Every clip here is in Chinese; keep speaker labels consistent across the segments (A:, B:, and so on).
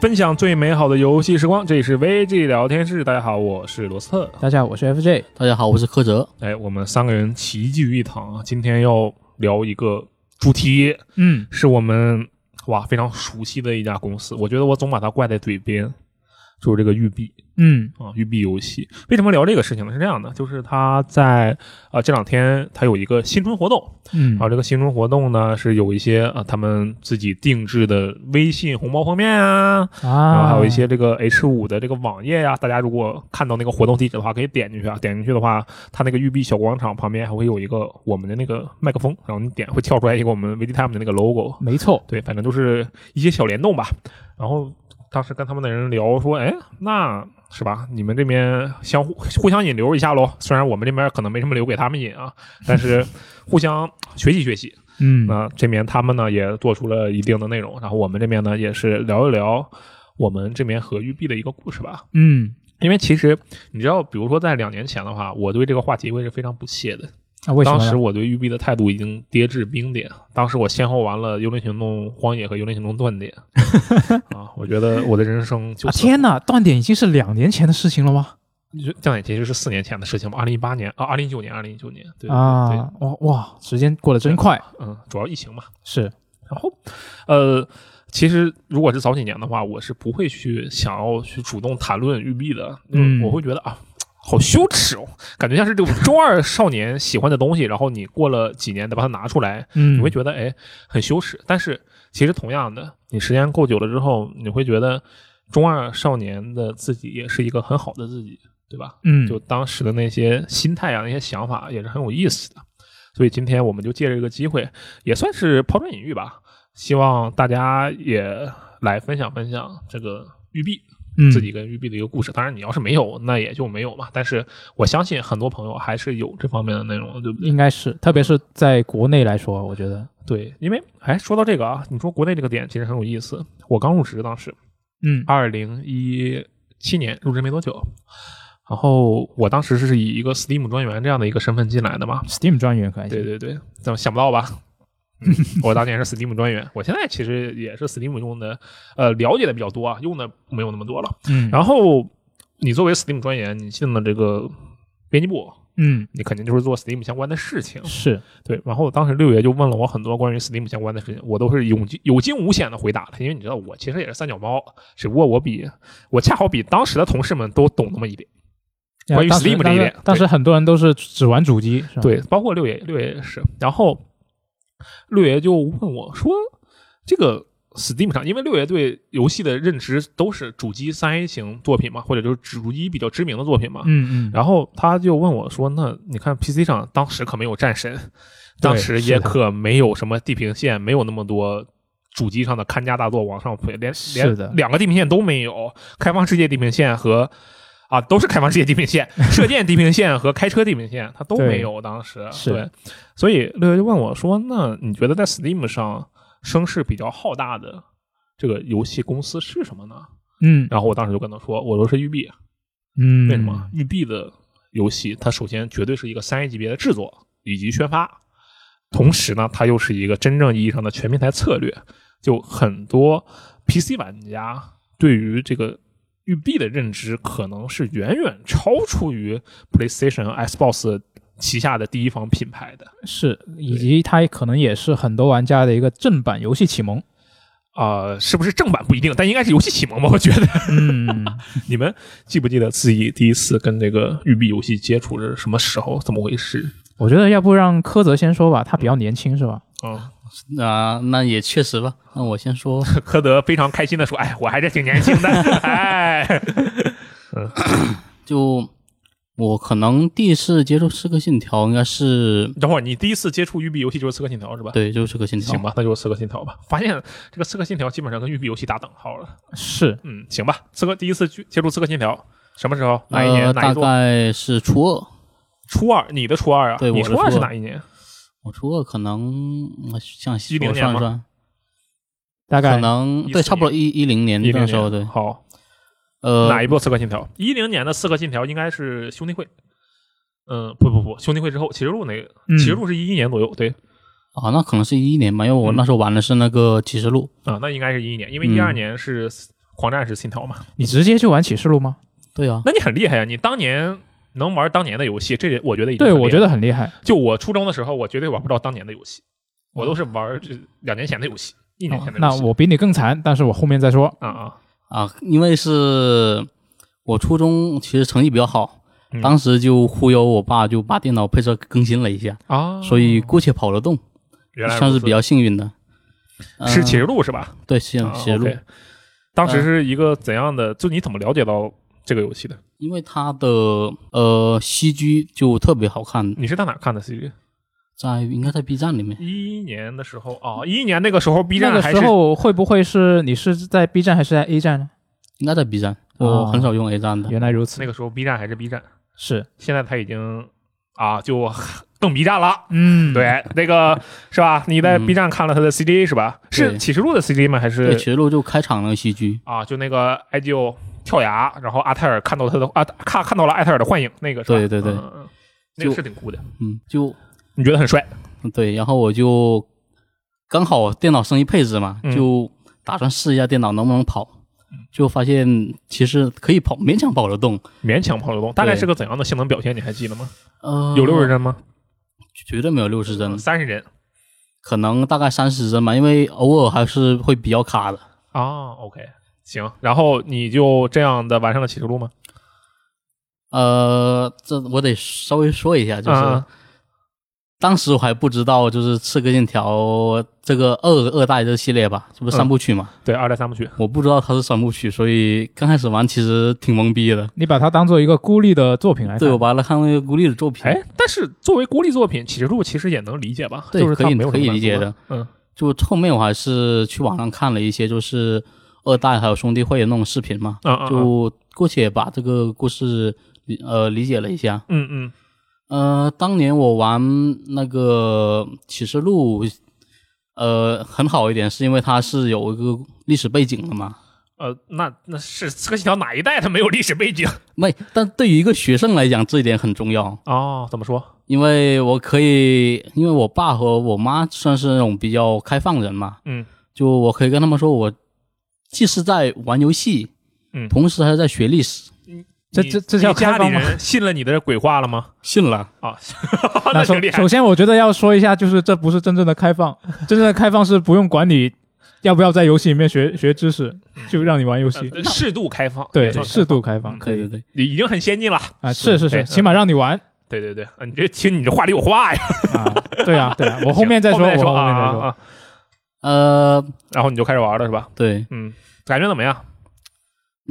A: 分享最美好的游戏时光，这里是 VG 聊天室。大家好，我是罗斯特。
B: 大家好，我是 FJ。
C: 大家好，我是柯哲。
A: 哎，我们三个人齐聚一堂啊，今天要聊一个主题，
B: 嗯，
A: 是我们哇非常熟悉的一家公司，我觉得我总把它挂在嘴边，就是这个育碧
B: 嗯
A: 啊，育碧游戏。为什么聊这个事情呢？是这样的，就是它在啊这两天它有一个新春活动，啊
B: 嗯
A: 然后这个新春活动呢是有一些啊他们自己定制的微信红包封面啊，然后
B: 啊
A: 还有一些这个 H 五的这个网页呀、大家如果看到那个活动地址的话，可以点进去啊。点进去的话，它那个育碧小广场旁边还会有一个我们的那个麦克风，然后你点会跳出来一个我们 VGTime 的那个 logo。
B: 没错，
A: 对，反正就是一些小联动吧。然后当时跟他们的人聊说，哎，那是吧？你们这边相互互相引流一下喽。虽然我们这边可能没什么流给他们引啊，但是互相学习学习。
B: 嗯
A: 那这边他们呢也做出了一定的内容，然后我们这边呢也是聊一聊我们这边和育碧的一个故事吧。
B: 嗯
A: 因为其实你知道，比如说在两年前的话，我对这个话题会是非常不屑的。
B: 啊，为什么
A: 当
B: 呢？
A: 时我对育碧的态度已经跌至冰点。当时我先后玩了《幽灵行动：荒野》和《幽灵行动：断 点》啊，我觉得我的人生就
B: 啊，
A: 此
B: 天哪，断点已经是两年前的事情了吗？
A: 就这样也其实是四年前的事情吧，二零一八年啊，二零一九年，二零一九年，对对对，
B: 啊，哇哇，时间过得真快，
A: 嗯，主要疫情嘛。
B: 是，
A: 然后，呃，其实如果是早几年的话，我是不会去想要去主动谈论育碧的，
B: 嗯
A: 我会觉得啊。好羞耻哦，感觉像是这种中二少年喜欢的东西，然后你过了几年再把它拿出来，
B: 嗯，
A: 你会觉得哎很羞耻。但是其实同样的，你时间够久了之后，你会觉得中二少年的自己也是一个很好的自己，对吧？
B: 嗯，
A: 就当时的那些心态啊，那些想法也是很有意思的。所以今天我们就借着这个机会，也算是抛砖引玉吧。希望大家也来分享分享这个玉璧
B: 嗯
A: 自己跟玉璧的一个故事。当然，你要是没有，那也就没有嘛。但是我相信很多朋友还是有这方面的内容的，对不对？
B: 嗯应该是，特别是在国内来说，我觉得，
A: 对，因为哎，说到这个啊，你说国内这个点其实很有意思。我刚入职当时，
B: 嗯
A: 二零一七年入职没多久，然后我当时是以一个 Steam 专员这样的一个身份进来的嘛。
B: ，Steam 专员可以，
A: 对对对，怎么想不到吧？嗯 我当年是 Steam 专员，我现在其实也是 Steam 用的，呃，了解的比较多啊，用的没有那么多了。
B: 嗯，后
A: 然后你作为 Steam 专员，你进了这个编辑部，
B: 嗯
A: 你肯定就是做 Steam 相关的事情。
B: 是，
A: 对，然后当时六爷就问了我很多关于 Steam 相关的事情，我都是有惊有惊无险的回答了，因为你知道我其实也是三脚猫，只不过我比我恰好比当时的同事们都懂那么一点。关于
B: 当时
A: Steam 这
B: 当
A: 一
B: 时
A: 点
B: 当
A: 对
B: 时很多人都是只玩主机，是吧？，
A: 对，包括六爷，六爷也是。然后六爷就问我说：“这个 Steam 上，因为六爷对游戏的认知都是主机三 A 型作品嘛，或者就是主机比较知名的作品嘛。
B: 嗯嗯，
A: 然后他就问我说：“那你看 PC 上当时可没有战神，当时
B: 是
A: 也
B: 的
A: 可没有什么地平线，没有那么多主机上的看家大作往上推，连
B: 是的
A: 连两个地平线都没有，开放世界地平线和啊都是开放世界地平 线，射箭地平线和开车地平线它都
B: 对
A: 没有当时
B: 是
A: 对，所以六爷就问我说：那你觉得在 Steam 上声势比较浩大的这个游戏公司是什么呢？
B: 嗯
A: 然后我当时就跟他说，我说是育碧。”
B: 嗯，
A: 为什么？育碧的游戏，它首先绝对是一个三 A 级别的制作以及宣发，同时呢，它又是一个真正意义上的全平台策略。就很多 PC 玩家对于这个育碧的认知，可能是远远超出于 PlayStation、Xbox 旗下的第一方品牌的
B: 是，以及它可能也是很多玩家的一个正版游戏启蒙。
A: 啊、是不是正版不一定，但应该是游戏启蒙吧？我觉得
B: 嗯，
A: 你们记不记得自己第一次跟这个育碧游戏接触是什么时候，怎么回事？
B: 我觉得要不让柯泽先说吧，他比较年轻是吧？
A: 嗯，
C: 啊、那也确实吧。那我先说，
A: 科德非常开心的说：“哎，我还是挺年轻的。” 哎，
C: 就我可能第一次接触《刺客信条》应该是
A: 等会儿你第一次接触育碧游戏就是《刺客信条》是吧？，
C: 对，就是《刺客信条
A: 行》吧，那就是《刺客信条》吧。发现这个《刺客信条》基本上跟育碧游戏打等号了。
B: 是，
A: 嗯，行吧，刺客第一次去接触《刺客信条》什么时候？哪一年？
C: 呃，
A: 哪
C: 大
A: 一座？
C: 概是初二，
A: 初二，你的初二啊？
C: 对
A: 你
C: 我的
A: 初二是
C: 初二
A: 哪一年？
C: 我初二可能我想
A: 10
C: 我
A: 年
C: 算
A: 吗
C: 一算，
B: 大
C: 可
B: 概
C: 能
A: 14
C: 对，差不多一一零年
A: 一零
C: 那时候对
A: 年。，好，
C: 呃，
A: 哪一部《刺客信条》？一零年的《刺客信条》应该是兄弟会。嗯，不不不，兄弟会之后，骑士路那个，
B: 嗯
A: 骑士路是一一年左右，对
C: 啊，那可能是一一年吧，因为我
A: 嗯
C: 那时候玩的是那个《启示录
A: 啊，那应该是一一年，因为一二
C: 嗯
A: 年是狂战士信条嘛。
B: 你直接就玩启示录吗？
C: 对啊，
A: 那你很厉害呀、你当年能玩当年的游戏，这我觉得已经
B: 对，
A: 很厉
B: 我
A: 害
B: 觉得很厉害。
A: 就我初中的时候，我绝对玩不到当年的游戏，我都是玩这两年前的游戏，一年前的游
B: 哦那
A: 戏。
B: 我比你更惨，但是我后面再说。
A: 啊啊，
C: 啊，因为是我初中其实成绩比较好，
A: 嗯
C: 当时就忽悠我爸就把电脑配置更新了一下，
A: 啊
C: 所以姑且跑得动，
A: 原来
C: 算
A: 如
C: 是
A: 此
C: 比较幸运的。呃
A: 是启示录是吧？
C: 对，写
A: 啊
C: 写入，嗯
A: OK 当时是一个怎样的？就你怎么了解到这个游戏的？
C: 因为它的呃 CG 就特别好看，
A: 你是在哪看的 CG？
C: 在应该在 B 站里面。
A: 一一年的时候啊，一一年那个时候 B
B: 那
A: 站
B: 个
A: 还是
B: 时候会不会是你是在 B 站还是在 A 站呢？
C: 应该在 B 站，
A: 啊
C: 我很少用 A 站的。
B: 原来如此，
A: 那个时候 B 站还是 B 站，
B: 是
A: 现在它已经啊就 更 B 站了。
B: 嗯，
A: 对，那个是吧？你在
C: 嗯
A: B 站看了它的 CG 是吧？是
C: 对
A: 启示录的 CG 吗？还
C: 对，
A: 是
C: 其实录就开场那个 CG，
A: 啊，就那个艾吉欧跳崖，然后阿泰尔看到他的啊，看看到了艾泰尔的幻影，那个是吧？
C: 对对对
A: 嗯嗯嗯那个
C: 就是
A: 挺酷的，
C: 嗯，就嗯
A: 你觉得很帅？
C: 对，然后我就刚好电脑升级配置嘛，
A: 嗯
C: 就打算试一下电脑能不能跑，就发现其实可以跑，勉强跑得动。
A: 勉强跑得动，大概
C: 对
A: 是个怎样的性能表现？你还记得吗？
C: 呃，
A: 有六十，帧吗？呃
C: 绝对没有六十帧，
A: 三十帧
C: 可能大概三十帧吧，因为偶尔还是会比较卡的。
A: 啊。OK，行，然后你就这样的完成了启示录吗？
C: 呃，这我得稍微说一下，就是。
A: 啊
C: 当时我还不知道，就是《刺客信条》这个二二代这个系列吧，这不是三部曲嘛？
A: 对，二代三部曲
C: 我不知道它是三部曲，所以刚开始玩其实挺懵逼的。
B: 你把它当做一个孤立的作品来看，
C: 对，我把它看为孤立的作品，
A: 哎，但是作为孤立作品，启示录其实也能理解吧？
C: 对
A: 就是它
C: 可以
A: 没有什么
C: 可以
A: 难
C: 理
A: 度
C: 解
A: 嘛
C: 的。
A: 嗯
C: 就后面我还是去网上看了一些，就是二代还有兄弟会的那种视频嘛，
A: 啊啊，啊
C: 就姑且把这个故事理呃理解了一下。
A: 嗯嗯
C: 呃，当年我玩那个启示录，呃，很好一点，是因为它是有一个历史背景的嘛。
A: 呃，那那是刺客信条哪一代它没有历史背景？
C: 没，但对于一个学生来讲，这一点很重要，
A: 哦，怎么说？
C: 因为我可以，因为我爸和我妈算是那种比较开放人嘛，
A: 嗯
C: 就我可以跟他们说，我既是在玩游戏，
A: 嗯
C: 同时还是在学历史。
B: 这
A: 你
B: 这这
A: 你
B: 叫
A: 家
B: 开
A: 里
B: 放吗
A: 人信了你的鬼话了 吗？
C: 信了，
A: 啊，
B: 那
A: 那
B: 首
A: 挺厉害
B: 首先，我觉得要说一下，就是这不是真正的开放，真正的开放是不用管你要不要在游戏里面学学知识，就让你玩 游戏。
A: 呃适度开放，
B: 对
A: 也，算
B: 适度开放
C: 对对对，
A: 你已经很先进了。
B: 啊，是是
A: 对
B: 是，起码让你玩
A: 对对对，啊你这听你这话里有话呀。
B: 啊。对啊，对啊，我后面再说，
A: 后
B: 我
A: 面再说
B: 后面再
A: 啊啊
B: 说。
A: 啊。
C: 呃，
A: 然后你就开始玩了是吧？
C: 对，
A: 嗯，感觉怎么样？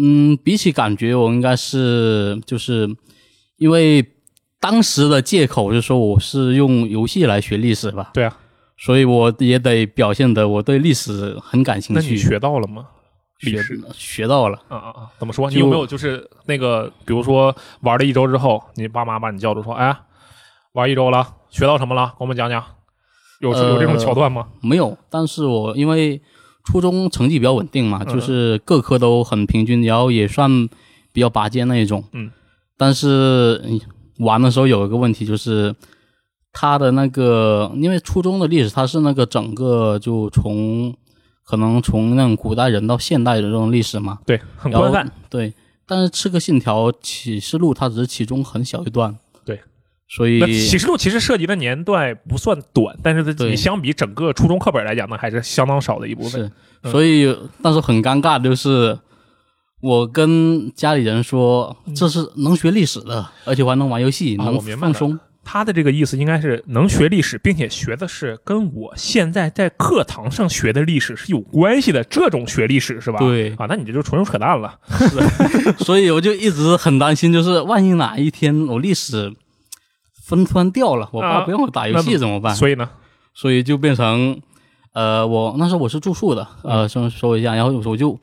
C: 嗯，比起感觉，我应该是就是因为当时的借口就是说我是用游戏来学历史吧，
A: 对啊，
C: 所以我也得表现的我对历史很感兴
A: 那
C: 趣。
A: 你学到了吗？历
C: 学
A: 史
C: 学到了。
A: 啊啊啊！怎么说？你
C: 就
A: 有没有就是那个，比如说玩了一周之后，你爸妈把你叫住说：“哎，玩一周了，学到什么了？给我们讲讲。”有
C: 呃
A: 有这种桥段吗？
C: 没有，但是我因为初中成绩比较稳定嘛，
A: 嗯
C: 就是各科都很平均，然后也算比较拔尖那一种。
A: 嗯，
C: 但是嗯玩的时候有一个问题就是。它的那个，因为初中的历史，它是那个整个就从可能从那种古代人到现代的这种历史嘛，
A: 对，很
C: 然后
A: 宽泛。
C: 对。但是《刺客信条：启示录》它只是其中很小一段，
A: 对，
C: 所以
A: 那启示录其实涉及的年代不算短，但是它
C: 对
A: 你相比整个初中课本来讲呢，还是相当少的一部分。
C: 是，
A: 嗯
C: 所以但是很尴尬，就是我跟家里人说，这是能学历史的，而且我还能玩游戏，
A: 啊
C: 能
A: 我明白
C: 放
A: 了
C: 松。
A: 他的这个意思应该是能学历史，并且学的是跟我现在在课堂上学的历史是有关系的，这种学历史是吧？
C: 对
A: 啊，那你这就纯属扯淡了。
C: 所以我就一直很担心，就是万一哪一天我历史分突掉了，我爸
A: 啊
C: 不让我打游
A: 那
C: 戏怎么办？
A: 所以呢，
C: 所以就变成，呃，我那时候我是住宿的，呃，先说一下，然后我就，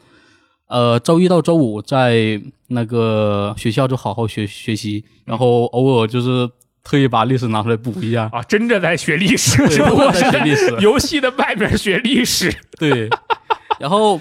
C: 呃，周一到周五在那个学校就好好学学习，然后偶尔就是特意把历史拿出来补一下。
A: 啊，真正在学历史，
C: 对
A: 是吧
C: 真的
A: 我
C: 在
A: 是
C: 学历史
A: 游戏的外面学历史。
C: 对，然后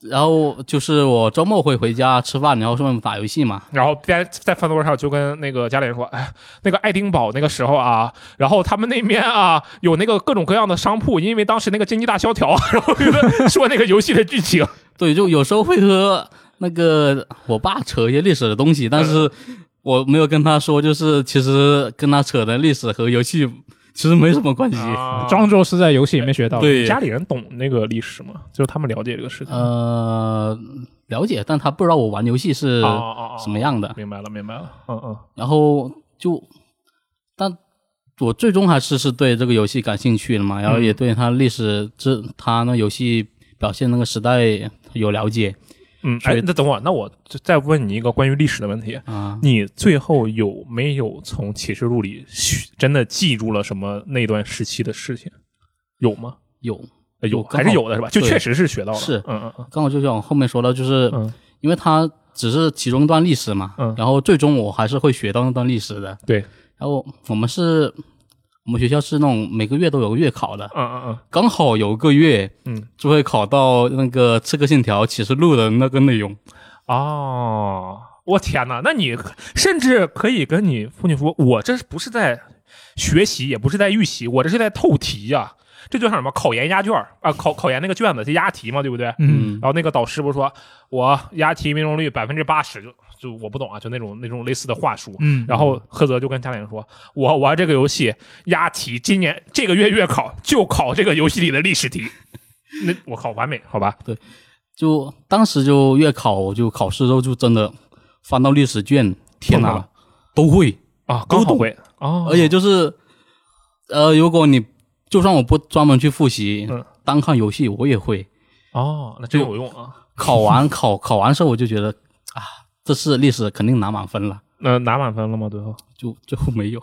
C: 然后就是我周末会回家吃饭，然后顺便打游戏嘛。
A: 然后在在饭桌上就跟那个家里人说，哎，那个爱丁堡那个时候啊，然后他们那边啊 有那个各种各样的商铺，因为当时那个经济大萧条，然后就说说那个游戏的剧情
C: 对，就有时候会和那个我爸扯一些历史的东西，但是
A: 嗯
C: 我没有跟他说，就是其实跟他扯的历史和游戏其实没什么关系。
A: 啊
B: 装作是在游戏里面学到的。
C: 对，
A: 家里人懂那个历史吗？就是他们了解这个事情。
C: 呃，了解，但他不知道我玩游戏是
A: 哦哦哦
C: 呃什么样的。
A: 明白了，明白了。嗯嗯
C: 然后就，但我最终还是是对这个游戏感兴趣的嘛，然后
A: 嗯
C: 也对它历史这它那游戏表现那个时代有了解
A: 嗯。
C: 所以
A: 哎，那等会儿，那我就再问你一个关于历史的问题。
C: 啊。
A: 你最后有没有从启示录里学真的记住了什么那段时期的事情？有吗？
C: 有，
A: 呃有
C: 我刚
A: 还
C: 好
A: 是有的是吧？就
C: 对
A: 确实是学到了。
C: 是
A: 嗯嗯嗯
C: 刚好就像我后面说到，就是
A: 嗯，
C: 因为它只是其中一段历史嘛，
A: 嗯
C: 然后最终我还是会学到那段历史的。
A: 对，
C: 然后我们是，我们学校是那种每个月都有个月考的，
A: 嗯嗯嗯
C: 刚好有个月
A: 嗯。
C: 就会考到那个《刺客信条：启示录》的那个内容。
A: 哦，我天哪！那你甚至可以跟你父亲说，我这不是在学习，也不是在预习，我这是在透题呀、这就像什么考研压卷儿啊，考考研那个卷子是押题嘛，对不对？
B: 嗯，
A: 然后那个导师不是说我押题命中率百分之八十，就就我不懂啊，就那种那种类似的话术。
B: 嗯
A: 然后赫泽就跟家里人说：“我玩这个游戏押题，今年这个月月考就考这个游戏里的历史题。那我靠，完美，好吧？
C: 就当时就月考，我就考试的时候就真的翻到历史卷，天
A: 碰到
C: 哪
A: 了，
C: 都会，
A: 啊，刚好会哦，
C: 而且就是，呃，如果你就算我不专门去复习，
A: 嗯
C: 单看游戏我也会。
A: 哦，那真有用啊。
C: 考完考考完之后，我就觉得啊，这次历史肯定拿满分了，
A: 那拿满分了吗？最后
C: 就最后没有，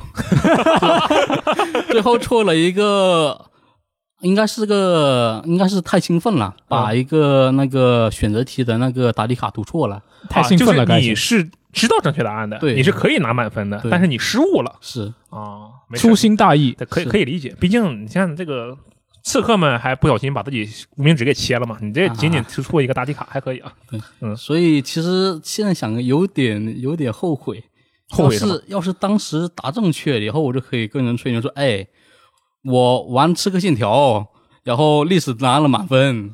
C: 最后错了一个。应该是个，应该是太兴奋了，
A: 嗯
C: 把一个那个选择题的那个答题卡读错了。
B: 嗯太兴奋了，
A: 啊就是
B: 开
A: 你
B: 始
A: 是知道正确答案的，
C: 对
A: 你是可以拿满分的，
C: 对
A: 但是你失误了
C: 是，
A: 啊，没事
B: 粗心大意。
A: 可以
C: 是
A: 可以理解，毕竟你像这个刺客们还不小心把自己无名指给切了嘛，你这仅仅出错一个答题卡还可以啊，
C: 所以其实现在想有点有点后悔，
A: 后悔什
C: 要
A: 么？
C: 是要是当时答正确了以后，我就可以跟人吹牛说，哎，我玩《刺客信条》，然后历史拿了满分。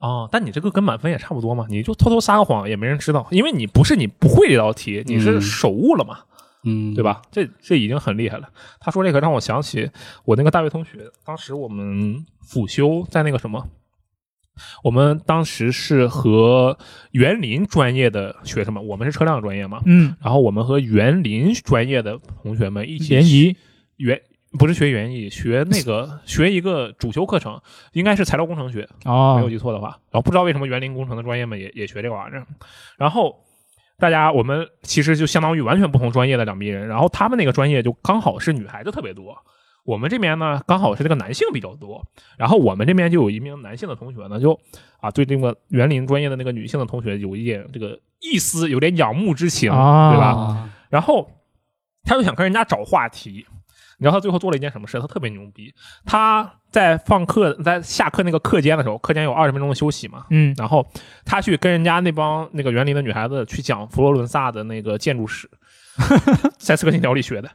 A: 哦，但你这个跟满分也差不多嘛，你就偷偷撒个谎也没人知道，因为你不是你不会这道题，你是
C: 嗯
A: 手误了嘛，
C: 嗯，
A: 对？吧？这这已经很厉害了。他说这个让我想起我那个大学同学，当时我们辅修在那个什么，我们当时是和园林专业的学生们，我们是车辆专业嘛，
B: 嗯，
A: 然后我们和园林专业的同学们一起
B: 联谊
A: 园不是学园艺，学那个学一个主修课程，应该是材料工程学，没有
B: 哦，
A: 记错的话。然后不知道为什么园林工程的专业们也也学这个玩意儿。然后大家我们其实就相当于完全不同专业的两批人，然后他们那个专业就刚好是女孩子特别多。我们这边呢，刚好是这个男性比较多，然后我们这边就有一名男性的同学呢，就啊对这个园林专业的那个女性的同学有一点这个一丝有点仰慕之情，
B: 啊
A: 对吧？
C: 啊，
A: 然后他就想跟人家找话题，你知道他最后做了一件什么事？他特别牛逼，他在放课，在下课那个课间的时候，课间有二十分钟的休息嘛，
B: 嗯，
A: 然后他去跟人家那帮那个园林的女孩子去讲佛罗伦萨的那个建筑史，在《刺客信条》里学的。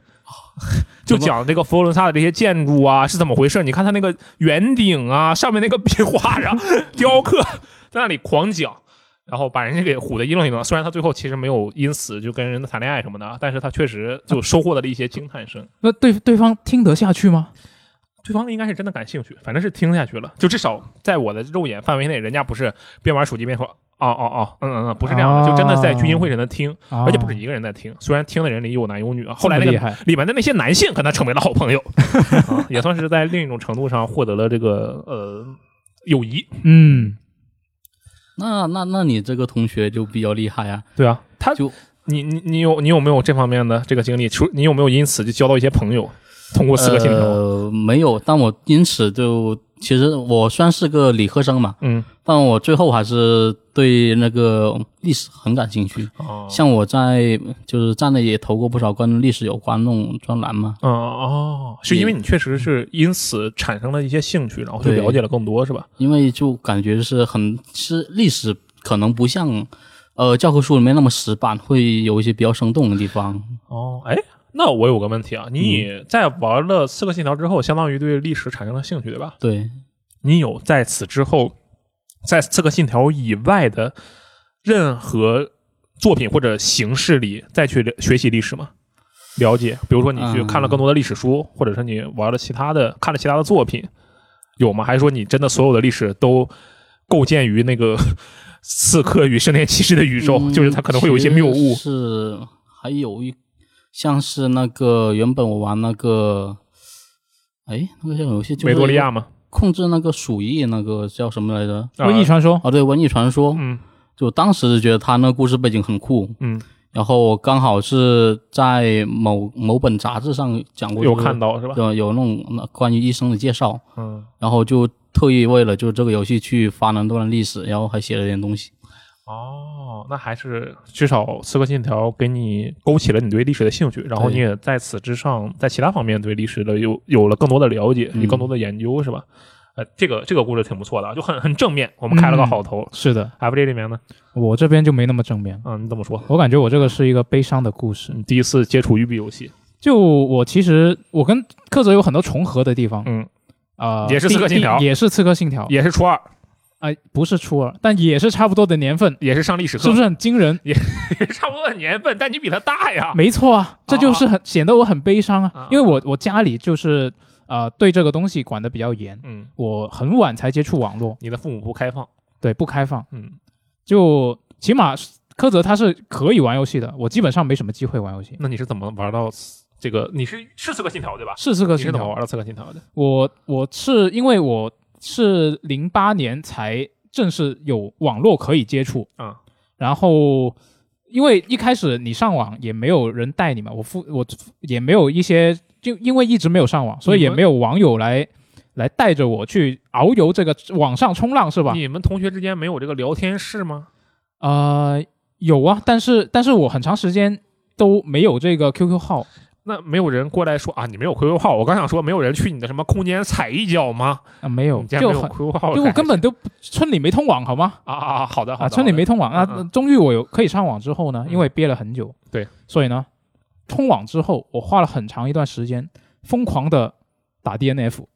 A: 就讲这个佛罗伦萨的这些建筑啊是怎么回事？你看他那个圆顶啊，上面那个壁画啊、雕刻，在那里狂讲，然后把人家给唬得一愣一愣。虽然他最后其实没有因此就跟人谈恋爱什么的，但是他确实就收获了一些惊叹声。
B: 那对对方听得下去吗？
A: 对方应该是真的感兴趣，反正是听下去了，就至少在我的肉眼范围内，人家不是边玩手机边说哦哦哦，嗯嗯嗯，不是这样的，就真的在聚精会神的听，而
B: 而
A: 且不止一个人在听，虽然听的人里有男有女啊。后来那
B: 哦厉
A: 个
B: 害
A: 里面的那些男性跟他成为了好朋友，啊也算是在另一种程度上获得了这个呃友谊。
B: 嗯，
C: 那那那你这个同学就比较厉害啊，
A: 对啊，他
C: 就
A: 你你你有你有没有这方面的这个经历？除你有没有因此就交到一些朋友？通过四个信条，
C: 呃，没有，但我因此就其实我算是个理科生嘛，
A: 嗯，
C: 但我最后还是对那个历史很感兴趣。
A: 哦
C: 像我在就是站内也投过不少跟历史有关那种专栏嘛，
A: 嗯哦，是因为你确实是因此产生了一些兴趣，然后就
C: 对
A: 了解了更多，是吧？
C: 因为就感觉是很是历史可能不像呃教科书里面那么死板，会有一些比较生动的地方。
A: 哦，哎，那我有个问题啊，你在玩了《刺客信条》之后，相当于对历史产生了兴趣，对吧？
C: 对，
A: 你有在此之后在《刺客信条》以外的任何作品或者形式里再去了学习历史吗？了解，比如说你去看
C: 嗯
A: 了更多的历史书，或者是你玩了其他的、看了其他的作品，有吗？还是说你真的所有的历史都构建于那个 刺客与圣殿骑士的宇宙？
C: 嗯
A: 就是它可能会有一些谬误
C: 其实是还有一像是那个原本我玩那个，哎，那个叫什么游戏，就是
A: 维多利亚吗？
C: 控制那个鼠疫，那个叫什么来着？
A: 啊
B: 瘟疫传说，
C: 啊，对，瘟疫传说。
A: 嗯
C: 就当时觉得他那个故事背景很酷，
A: 嗯，
C: 然后我刚好是在某某本杂志上讲过，
A: 有
C: 就是
A: 看到是吧？
C: 对，有那种那关于医生的介绍，
A: 嗯，
C: 然后就特意为了就这个游戏去翻了段历史，然后还写了点东西。
A: 哦，那还是至少《刺客信条》给你勾起了你对历史的兴趣，然后
C: 对
A: 你也在此之上，在其他方面对历史的有有了更多的了解，
C: 嗯
A: 有更多的研究，是吧？呃，这个这个故事挺不错的啊，就很很正面，我们开了个好头。
B: 是的，
A: F J 里面呢，
B: 我这边就没那么正面，
A: 嗯，你怎么说？
B: 我感觉我这个是一个悲伤的故事。
A: 你第一次接触育碧游戏，
B: 就我其实我跟克泽有很多重合的地方，
A: 嗯，
B: 啊，
A: 也是
B: 第
A: 刺客信条
B: 第也是刺客信条，
A: 也是初二，
B: 哎，不是初二，但也是差不多的年份，
A: 也是上历史课，
B: 是不是很惊人？
A: 是 差不多的年份？但你比他大呀。
B: 没错啊，这就是很显得我很悲伤
A: 啊
B: 啊，因为我我家里就是呃对这个东西管得比较严，
A: 嗯，
B: 我很晚才接触网络，
A: 你的父母不开放。
B: 对，不开放，
A: 嗯，
B: 就起码柯泽他是可以玩游戏的，我基本上没什么机会玩游戏。
A: 那你是怎么玩到这个？你是是刺客信条对吧？
B: 是刺客
A: 你是
B: 信
A: 怎么
B: 条，
A: 玩到刺客信条的？
B: 我我是因为我是零八年才正式有网络可以接触，
A: 嗯，
B: 然后因为一开始你上网也没有人带你嘛，我父我也没有一些，就因为一直没有上网，所以
A: 你
B: 也
A: 们
B: 没有网友来来带着我去遨游这个网上冲浪是吧？
A: 你们同学之间没有这个聊天室吗？
B: 呃，有啊，但是但是我很长时间都没有这个 QQ 号，
A: 那没有人过来说啊，你没有 QQ 号。我刚想说，没有人去你的什么空间踩一脚吗？
B: 啊、没有，
A: 你竟然
B: 就
A: 没有
B: 很
A: QQ 号，
B: 就我根本都村里没通网好吗？
A: 啊啊啊！好的好的，
B: 啊，村里没
A: 好
B: 通网啊，
A: 嗯嗯
B: 终于我有可以上网之后呢，
A: 嗯
B: 因为憋了很久，
A: 对，
B: 所以呢，通网之后，我花了很长一段时间疯狂的打 DNF，
A: 的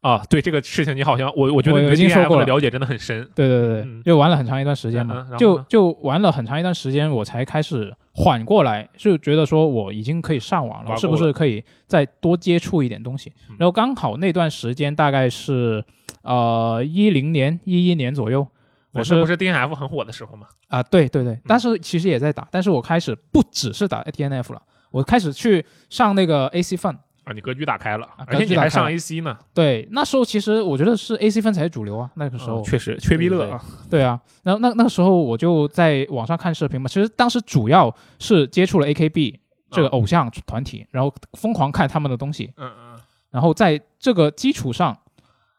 A: 啊。对这个事情，你好像我我觉得
B: 我
A: 你
B: 已
A: 对
B: 经
A: DNF
B: 说过
A: 的
B: 了
A: 了解真的很深。
B: 对对对，
A: 嗯
B: 就玩了很长一段时间
A: 嗯嗯
B: 嘛
A: 然后，呢
B: 就就玩了很长一段时间，我才开始缓过来，就觉得说我已经可以上网
A: 玩过
B: 了，
A: 了
B: 是不是可以再多接触一点东西
A: 嗯？
B: 然后刚好那段时间大概是呃一零年一一年左右，我
A: 那
B: 是
A: 不是 DNF 很火的时候吗？
B: 啊，对对对，但是其实也在打，但是我开始不只是打 ATNF 了，我开始去上那个 AC Fun。
A: 啊，你格局打开了，
B: 啊
A: 而且
B: 格局
A: 你
B: 打
A: 还
B: 开
A: 上
B: 了
A: AC 呢。
B: 对，那时候其实我觉得是 AC Fun 才是主流啊，那个时候。
A: 嗯确实缺逼乐啊，
B: 对啊，然后那那个时候我就在网上看视频嘛，其实当时主要是接触了 AKB 这个
A: 啊
B: 偶像团体，然后疯狂看他们的东西，
A: 嗯嗯
B: 然后在这个基础上，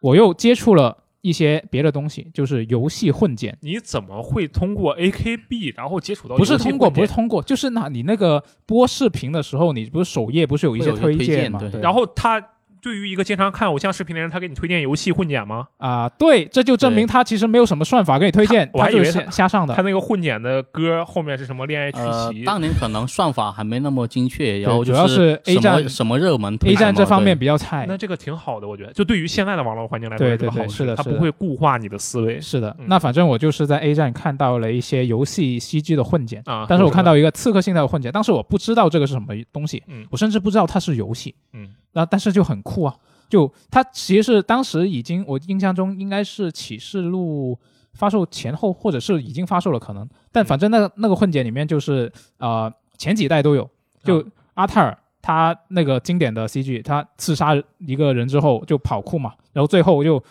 B: 我又接触了一些别的东西，就是游戏混剪。
A: 你怎么会通过 AKB 然后接触到
B: 不是
A: 游戏
B: 通过，
A: 混
B: 不
A: 剪
B: 是通过，就是那你那个播视频的时候，你不是首页不是有一些
C: 会有一个推
B: 荐
C: 荐
B: 嘛？
C: 对
A: 然后他对于一个经常看偶像视频的人，他给你推荐游戏混剪吗？
B: 啊、对，这就证明他其实没有什么算法给你推荐，
A: 我还
B: 他就
A: 以为
B: 是
A: 他
B: 瞎瞎上
A: 他
B: 的。
A: 那个混剪的歌后面是什么恋爱曲
C: 呃
A: 奇，？
C: 当年可能算法还没那么精确，然后就
B: 主要是
C: 是
B: A
C: 什么
B: 站
C: 什么热门推
B: A 站
C: 什么
B: 这方面
C: 对
B: 比较菜
A: 那，这个挺好的，我觉得，就对于现在的网络环境来说，
B: 哎对
A: 这个
B: 对对
A: 好事
B: 是的
A: 它
B: 是
A: 不
B: 的
A: 会固化你的思维
B: 是的
A: 嗯。
B: 那反正我就是在 A 站看到了一些游戏 CG 的混剪，
A: 啊。
B: 但是我看
A: 的，
B: 到一个刺客信条的混剪，当时我不知道这个是什么东西，
A: 嗯
B: 我甚至不知道它是游戏，
A: 嗯
B: 那但是就很酷啊！就它其实是当时已经，我印象中应该是启示录发售前后，或者是已经发售了可能。
A: 嗯
B: 但反正那个那个混剪里面就是呃前几代都有，
A: 啊
B: 就阿泰尔他那个经典的 CG，他刺杀一个人之后就跑酷嘛，然后最后就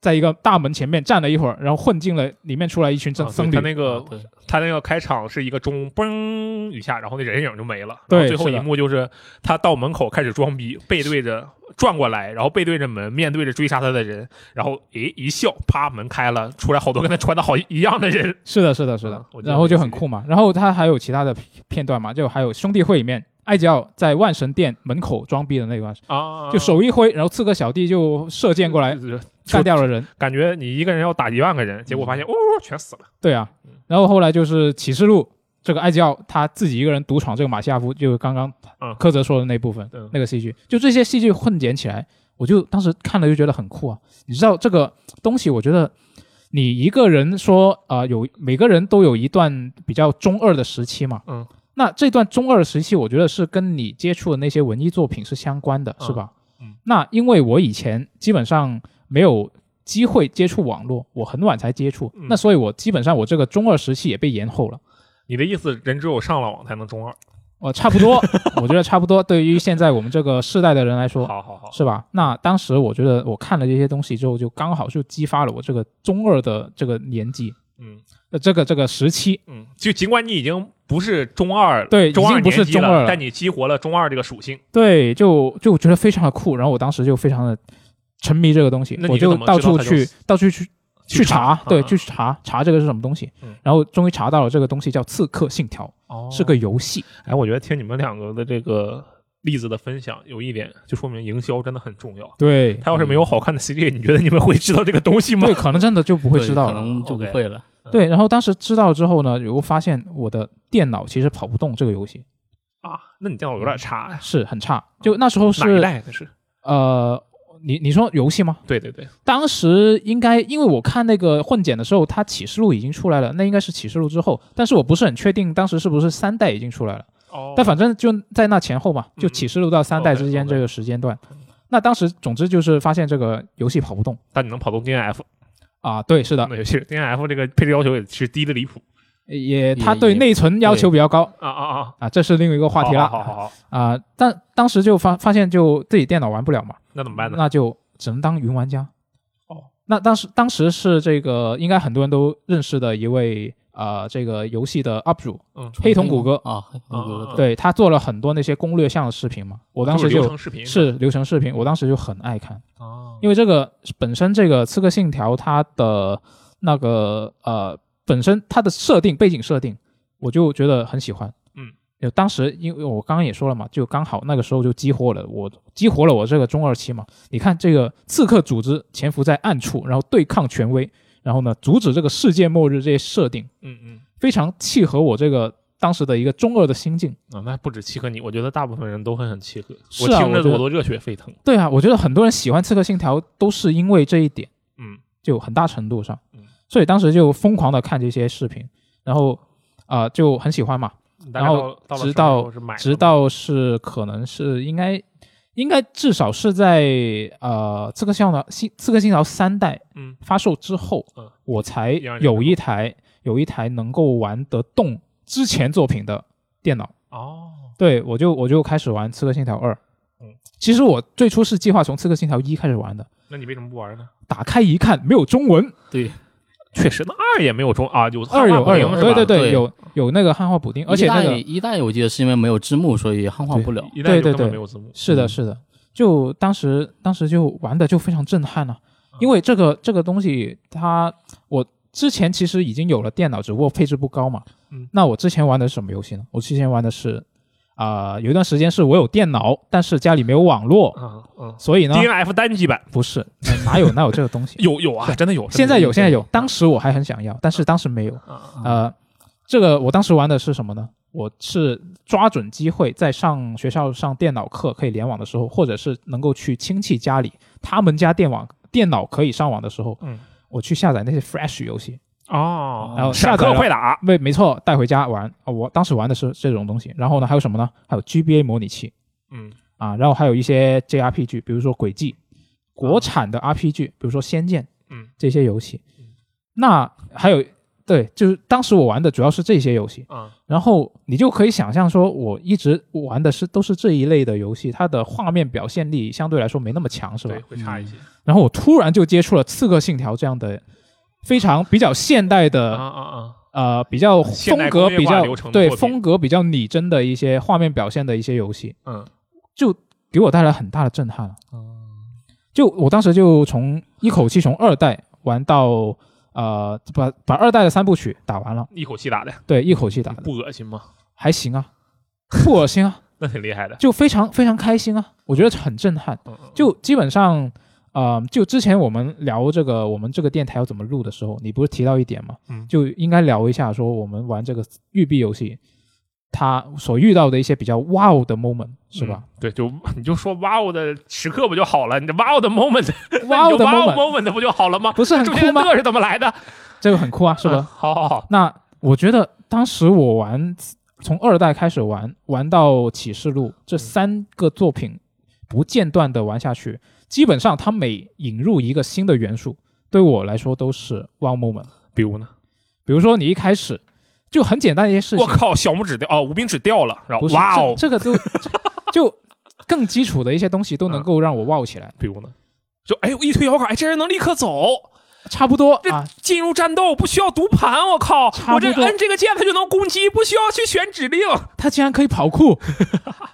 B: 在一个大门前面站了一会儿，然后混进了里面，出来一群僧
A: 啊
B: 僧
A: 对他
B: 侣。
A: 那个
C: 啊对
A: 他那个开场是一个钟嘣一下，然后那人影就没了。
B: 对
A: 然后最后
B: 是
A: 一
B: 的
A: 幕就是他到门口开始装逼，背对着转过来，然后背对着门，面对着追杀他的人，然后诶一笑，啪门开了，出来好多跟他穿的好一样的 人。
B: 是的，是的，是
A: 啊
B: 的
A: 我，记得
B: 然后就很酷嘛。然后他还有其他的片段嘛，就还有兄弟会里面艾吉奥在万神殿门口装逼的那段
A: 啊，
B: 就手一挥，然后刺客小弟就射箭过来，
A: 就是
B: 干掉了人。
A: 感觉你一个人要打一万个人，结
B: 嗯
A: 果发现哦全死了。
B: 对啊，然后后来就是启示录，这个艾吉奥他自己一个人独闯这个马西亚夫，就是刚刚
A: 嗯
B: 柯泽说的那部分、
A: 嗯
B: 那个戏剧，就这些戏剧混剪起来，我就当时看了就觉得很酷啊。你知道这个东西，我觉得你一个人说啊、呃有每个人都有一段比较中二的时期嘛，
A: 嗯，
B: 那这段中二时期，我觉得是跟你接触的那些文艺作品是相关的，
A: 嗯
B: 是吧？
A: 嗯，
B: 那因为我以前基本上没有机会接触网络，我很晚才接触，
A: 嗯
B: 那所以我基本上我这个中二时期也被延后了。
A: 你的意思，人只有上了网才能中二？
B: 呃，差不多， 我觉得差不多。对于现在我们这个世代的人来说，
A: 好好好，
B: 是吧？那当时我觉得我看了这些东西之后，就刚好就激发了我这个中二的这个年纪，
A: 嗯
B: 呃，这个这个时期。
A: 嗯，就尽管你已经不是中二，
B: 对已
A: 中二
B: 经不是
A: 年纪
B: 中二
A: 了，
B: 了
A: 但你激活了中二这个属性。
B: 对，就就觉得非常的酷，然后我当时就非常的沉迷这个东西
A: 那，你
B: 我
A: 是
B: 就
A: 怎么
B: 到
A: 知道
B: 处
A: 它
B: 去
A: 叫
B: 到处去去查，对，
A: 啊
B: 去查查这个是什么东西
A: 嗯，
B: 然后终于查到了这个东西叫《刺客信条
A: 哦》，
B: 是个游戏。
A: 哎，我觉得听你们两个的这个例子的分享，有一点就说明营销真的很重要。
B: 对，
A: 他要是没有好看的 CG，你觉得你们会知道这个东西吗
B: 对，？可能真的就不会知道
C: 可
B: 了。
C: 能就不
A: OK
C: 会了。
B: 对，然后当时知道之后呢，我发现我的电脑其实跑不动这个游戏，
A: 啊，那你电脑有点差呀、
B: 是很差。就那时候
A: 哪一
B: 是
A: 代那是？
B: 呃，你你说游戏吗？
A: 对对对，
B: 当时应该因为我看那个混剪的时候，它启示录已经出来了，那应该是启示录之后，但是我不是很确定当时是不是三代已经出来了，
A: 哦嗯
B: 但反正就在那前后嘛，就启示录到三代之间
A: OK，OK
B: 这个时间段。那当时总之就是发现这个游戏跑不动
A: 但你能跑动 DNF，
B: 啊，对，是的，
A: 那游戏 DNF 这个配置要求也是低的离谱
B: 也它对内存要求比较高
A: 啊啊啊！
B: 啊，这是另一个话题
A: 好
B: 了
A: 好好好好，
B: 啊。但当时就发发现就自己电脑玩不了嘛，
A: 那怎么办呢？
B: 那就只能当云玩家。
A: 哦，
B: 那当时当时是这个应该很多人都认识的一位呃这个游戏的 UP 主
A: 嗯，
B: 黑瞳谷歌，嗯
C: 啊，黑瞳谷歌，
B: 对他做了很多那些攻略项的视频嘛，我当时
A: 就是流
B: 就
A: 程视频吧
B: 是流程视频，我当时就很爱看，
A: 哦
B: 因为这个本身这个《刺客信条》它的那个呃本身它的设定背景设定，我就觉得很喜欢，
A: 嗯。
B: 就当时，因为我刚刚也说了嘛，就刚好那个时候就激活了我，激活了我这个中二期嘛。你看这个刺客组织潜伏在暗处，然后对抗权威，然后呢阻止这个世界末日这些设定，
A: 嗯嗯
B: 非常契合我这个当时的一个中二的心境。
A: 啊，那不止契合你，我觉得大部分人都会很契合。
B: 是啊
A: 我听
B: 我
A: 着
B: 觉得
A: 我都热血沸腾。
B: 对啊，我觉得很多人喜欢《刺客信条》都是因为这一点，
A: 嗯，
B: 就很大程度上
A: 嗯，
B: 所以当时就疯狂的看这些视频，然后啊、呃就很喜欢嘛，
A: 大概
B: 然后
A: 到
B: 直
A: 到了什么时
B: 到
A: 候是买的
B: 直
A: 吗
B: 到是可能是应该应该至少是在呃《刺客信条》新《刺客信条》三代
A: 嗯
B: 发售之后，
A: 嗯
B: 我才
A: 12年
B: 有一台有一台能够玩得动之前作品的电脑。
A: 哦
B: 对我就我就开始玩《刺客信条二》。
A: 嗯，
B: 其实我最初是计划从《刺客信条一》开始玩的，
A: 那你为什么不玩呢？
B: 打开一看没有中文，
C: 对，
A: 确实，那二也没有中啊，有
B: 二有二有，
A: 汉化不赢是
B: 对
A: 吧
B: 对对，
C: 对
B: 有有那个汉化补丁，而且
C: 一
B: 那
C: 代
B: 个
C: 一代我记得是因为没有字幕，所以汉化不了。
A: 一代就
B: 对对
A: 根本
B: 对
A: 没有字幕。
B: 是的，
C: 嗯
B: 是的，就当时当时就玩的就非常震撼了、啊
A: 嗯
B: 因为这个这个东西它我之前其实已经有了电脑，只不过配置不高嘛。
A: 嗯
B: 那我之前玩的是什么游戏呢？我之前玩的是啊、有一段时间是我有电脑，但是家里没有网络，
A: 嗯嗯
B: 所以呢，
A: ，DNF 单机版
B: 不是哪有哪有这个东西？
A: 有有啊，真的有。
B: 现在有，现在有，当
A: 时
B: 时我还很想要，但是当时没有。
A: 啊
B: 呃，这个我当时玩的是什么呢？我是抓准机会，在上学校上电脑课可以联网的时候，或者是能够去亲戚家里，他们家电网电脑可以上网的时候，
A: 嗯
B: 我去下载那些 Flash 游戏，
A: 哦，
B: 然后
A: 闪
B: 下载
A: 客
B: 了
A: 快打
B: 没没错，带回家玩。哦，我当时玩的是这种东西。然后呢，还有什么呢？还有 GBA 模拟器
A: 嗯
B: 啊，然后还有一些 JRPG，比如说《轨迹》，
A: 啊
B: 国产的 RPG，比如说《仙剑》
A: 嗯
B: 这些游戏
A: 嗯。
B: 那还有对，就是当时我玩的主要是这些游戏。
A: 啊
B: 然后你就可以想象说，我一直玩的是都是这一类的游戏，它的画面表现力相对来说没那么强，是吧
A: 对，？会差一些
B: 然后我突然就接触了《刺客信条》这样的非常比较现
A: 啊
B: 代的、
A: 啊啊
B: 呃比较
A: 现代
B: 风格
A: 工业
B: 比
A: 化
B: 较
A: 流程的
B: 对
A: 作品
B: 风格比较拟真的一些画面表现的一些游戏，
A: 嗯
B: 就给我带来很大的震撼。啊
A: 嗯
B: 就我当时就从一口气从二代玩到呃把把二代的三部曲打完了，
A: 一口气打的，
B: 对，一口气打的
A: 不恶心吗？
B: 还行啊，不恶心啊。
A: 那挺厉害的。
B: 就非常非常开心啊，我觉得很震撼。
A: 嗯嗯
B: 就基本上，呃，就之前我们聊这个我们这个电台要怎么录的时候，你不是提到一点吗？
A: 嗯
B: 就应该聊一下说我们玩这个育碧游戏他所遇到的一些比较 wow 的 moment，是吧？
A: 对，就 你就说哇哦的时刻不就好了？你这哇哦的 moment，
B: 哇哦
A: 你就
B: 的
A: 哇哦
B: moment
A: moment 不就好了吗？
B: 不是很
A: 中
B: 酷
A: 间
B: 吗？
A: 这是怎么来的？
B: 这个很酷啊，是吧？
A: 嗯好好好，
B: 那我觉得当时我玩从二代开始玩，玩到启示录
A: 嗯
B: 这三个作品不间断的玩下去，基本上它每引入一个新的元素，对我来说都是 wow moment。
A: 比如呢？
B: 比如说你一开始就很简单的一些事
A: 我
B: 情，
A: 靠，小拇指掉哦，无名指掉了，然后
B: 不是
A: 哇哦，
B: 这这个都就更基础的一些东西都能够让我 wow 起来，
A: 比如呢？就哎呦，一推摇杆，哎，这人能立刻走，
B: 差不多
A: 这
B: 啊，
A: 进入战斗不需要读盘，我靠
B: 差，不
A: 我这
B: 多
A: 摁这个键它就能攻击，不需要去选指令。啊
B: 他竟然可以 跑酷，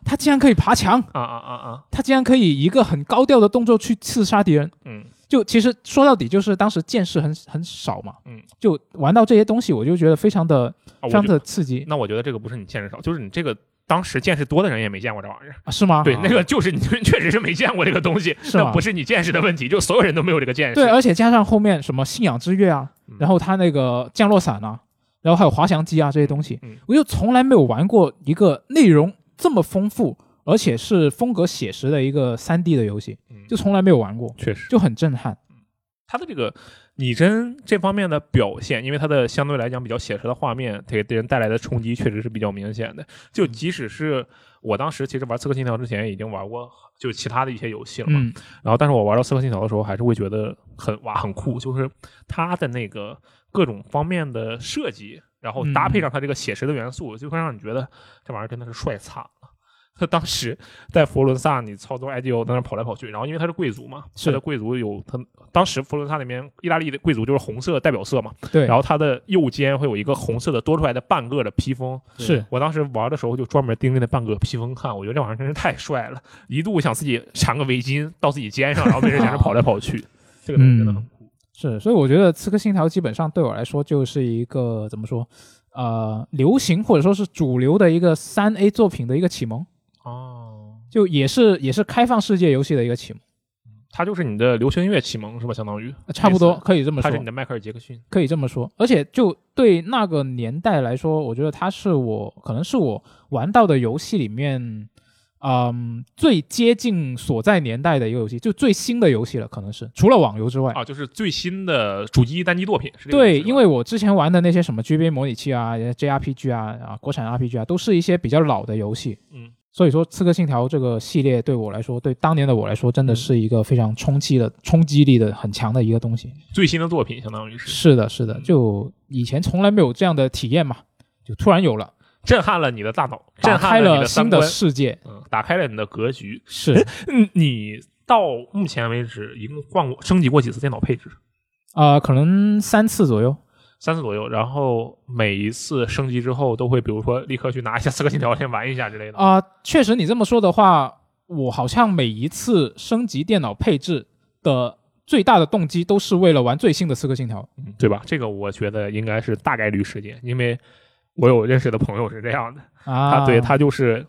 B: 他竟然可以爬墙，
A: 啊啊啊！
B: 他竟然可以一个很高调的动作去刺杀敌人。
A: 嗯，
B: 就其实说到底，就是当时见识很很少嘛，
A: 嗯，
B: 就玩到这些东西，我就觉得非常的
A: 啊我
B: 非常
A: 觉得
B: 的刺激
A: 那我觉得这个不是你见识少，就是你这个当时见识多的人也没见过这玩意儿。
B: 啊，是吗？
A: 对，
C: 啊
A: 那个就是你确实是没见过这个东西，
B: 是
A: 那
B: 吗
A: 不是你见识的问题，就所有人都没有这个见识。
B: 对，而且加上后面什么信仰之月啊
A: 嗯，
B: 然后他那个降落伞啊，然后还有滑翔机啊这些东西
A: 嗯嗯，
B: 我就从来没有玩过一个内容这么丰富，而且是风格写实的一个三 D 的游戏，
A: 嗯
B: 就从来没有玩过，
A: 确实，
B: 就很震撼。
A: 他的这个拟真这方面的表现，因为它的相对来讲比较写实的画面，它给人带来的冲击确实是比较明显的。就即使是我当时其实玩《刺客信条》之前已经玩过就其他的一些游戏了嘛，
B: 嗯，
A: 然后但是我玩到《刺客信条》的时候，还是会觉得很哇很酷，就是它的那个各种方面的设计，然后搭
B: 嗯
A: 配上它这个写实的元素，就会让你觉得这玩意儿真的是帅惨了。 他当时在佛罗伦萨，你操纵 IGO 在那儿跑来跑去，然后因为他是贵族嘛，
B: 是
A: 他的贵族有他当时佛罗伦萨那边意大利的贵族就是红色代表色嘛，
B: 对，
A: 然后他的右肩会有一个红色的多出来的半个的披风，
B: 是
A: 我当时玩的时候就专门盯着那半个披风看，我觉得这玩意儿真是太帅了，一度想自己缠个围巾到自己肩上，然后没人在那跑来跑
B: 嗯
A: 去，这个东西真的很酷。
B: 是，所以我觉得《刺客信条》基本上对我来说就是一个怎么说，呃，流行或者说是主流的一个三 A 作品的一个启蒙，
A: 哦，
B: 就也是也是开放世界游戏的一个启蒙，
A: 它就是你的流行音乐启蒙是吧？相当于
B: 呃差不多
A: 类似
B: 可以这么
A: 它
B: 说
A: 是，你的迈克尔·杰克逊。
B: 可以这么说。而且就对那个年代来说，我觉得它是我可能是我玩到的游戏里面，嗯，最接近所在年代的一个游戏，就最新的游戏了，可能是除了网游之外。
A: 啊，就是最新的主机单机作品是这个意
B: 哎对，
A: 思吧
B: 因为我之前玩的那些什么 GBA 模拟器啊、JRPG 啊、啊国产 RPG 啊，都是一些比较老的游戏。
A: 嗯，
B: 所以说，《刺客信条》这个系列对我来说，对当年的我来说，真的是一个非常冲击的、冲击力的很强的一个东西。嗯
A: 最新的作品相当于是
B: 是的，是的，就以前从来没有这样的体验嘛，就突然有了，
A: 震撼了你的大脑，
B: 打
A: 震
B: 开
A: 撼你
B: 了
A: 的
B: 新
A: 三
B: 的
A: 观，
B: 世界。
A: 嗯，打开了你的格局。
B: 是，
A: 嗯，你到目前为止一共换过升级过几次电脑配置？
B: 啊，可能三次左右。
A: 三次左右，然后每一次升级之后都会，比如说立刻去拿一下《刺客信条》 先玩一下之类的。
B: 啊、确实你这么说的话，我好像每一次升级电脑配置的最大的动机都是为了玩最新的《刺客信条》。
A: 嗯对吧？这个我觉得应该是大概率事件，因为我有认识的朋友是这样的，
B: 啊，
A: 他对他就是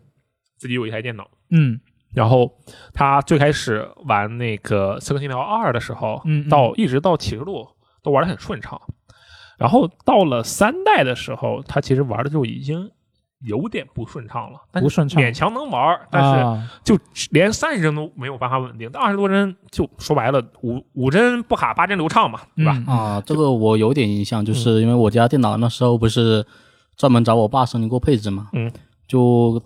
A: 自己有一台电脑，
B: 嗯
A: 然后他最开始玩那个《刺客信条二》的时候，
B: 嗯嗯
A: 到一直到启示录都玩的很顺畅，然后到了三代的时候，他其实玩的就已经有点不顺畅了，但
B: 不
A: 是
B: 顺畅
A: 勉强能玩儿，但是
B: 啊、
A: 就连三十帧都没有办法稳定，但二十多帧就说白了，五五帧不卡，八帧流畅嘛，对吧？
B: 嗯
C: 啊，这个我有点印象，
A: 嗯
C: 就是因为我家电脑那时候不是专门找我爸升级过配置嘛，
A: 嗯，
C: 就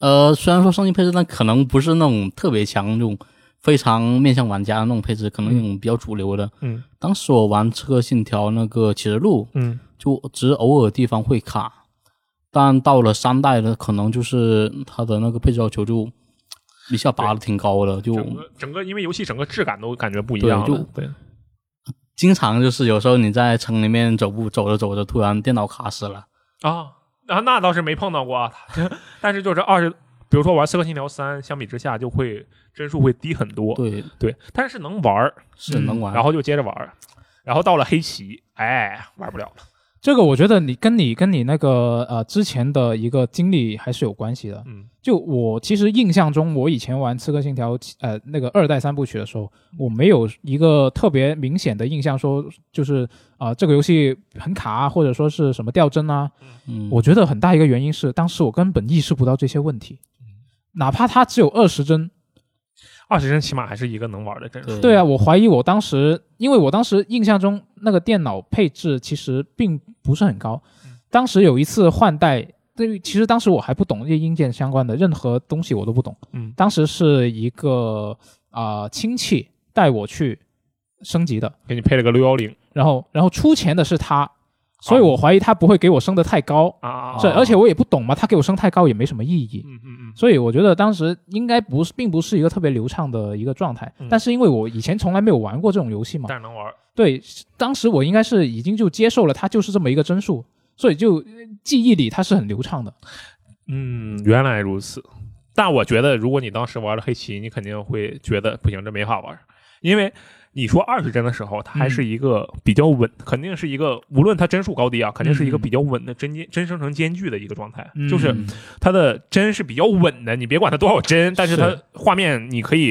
C: 呃，虽然说升级配置，但可能不是那种特别强、那种非常面向玩家的那种配置，可能那种比较主流的。
A: 嗯
C: 当时我玩《刺客信条》那个启示录，
A: 嗯，
C: 就只偶尔地方会卡，但到了三代呢，可能就是它的那个配置要求就一下拔的挺高的，就
A: 整个整个因为游戏整个质感都感觉不一样了，
C: 对就
A: 对
C: 经常就是有时候你在城里面走步走着走着，突然电脑卡死了。
A: 啊啊，那倒是没碰到过啊， 但是就是二十。比如说玩《刺客信条三》，相比之下就会帧数会低很多，
C: 对，
A: 对但是能玩儿，
C: 是
B: 嗯
C: 能玩。
A: 然后就接着玩儿，然后到了黑棋，哎，玩不了了，
B: 这个我觉得你跟你跟你那个呃之前的一个经历还是有关系的。
A: 嗯
B: 就我其实印象中，我以前玩《刺客信条》呃那个二代三部曲的时候，我没有一个特别明显的印象说就是啊、呃这个游戏很卡啊，或者说是什么掉帧啊，
C: 嗯，
B: 我觉得很大一个原因是，当时我根本意识不到这些问题，哪怕它只有二十帧，
A: 二十帧起码还是一个能玩的帧数。
C: 对
B: 对啊，我怀疑我当时，因为我当时印象中那个电脑配置其实并不是很高，
C: 嗯
B: 当时有一次换代，对于其实当时我还不懂这些硬件相关的任何东西，我都不懂。
A: 嗯
B: 当时是一个啊、呃亲戚带我去升级的，
A: 给你配了个六幺零
B: 然后然后出钱的是他，所以我怀疑他不会给我升的太高，
A: 啊，
B: 是
C: 哦
B: 而且我也不懂嘛，他给我升太高也没什么意义。
A: 嗯嗯嗯，
B: 所以我觉得当时应该不是，并不是一个特别流畅的一个状态。
A: 嗯
B: 但是因为我以前从来没有玩过这种游戏嘛，
A: 但是能玩。
B: 对，当时我应该是已经就接受了它就是这么一个帧数，所以就呃记忆里它是很流畅的。
A: 嗯，原来如此。但我觉得，如果你当时玩了黑棋，你肯定会觉得不行，这没法玩，因为你说二十帧的时候，它还是一个比较稳，肯定是一个无论它帧数高低啊，肯定是一个
B: 嗯
A: 比较稳的帧间帧生成间距的一个状态，
B: 嗯
A: 就是
C: 嗯
A: 它的帧是比较稳的，你别管它多少帧，但是它
B: 是
A: 画面你可以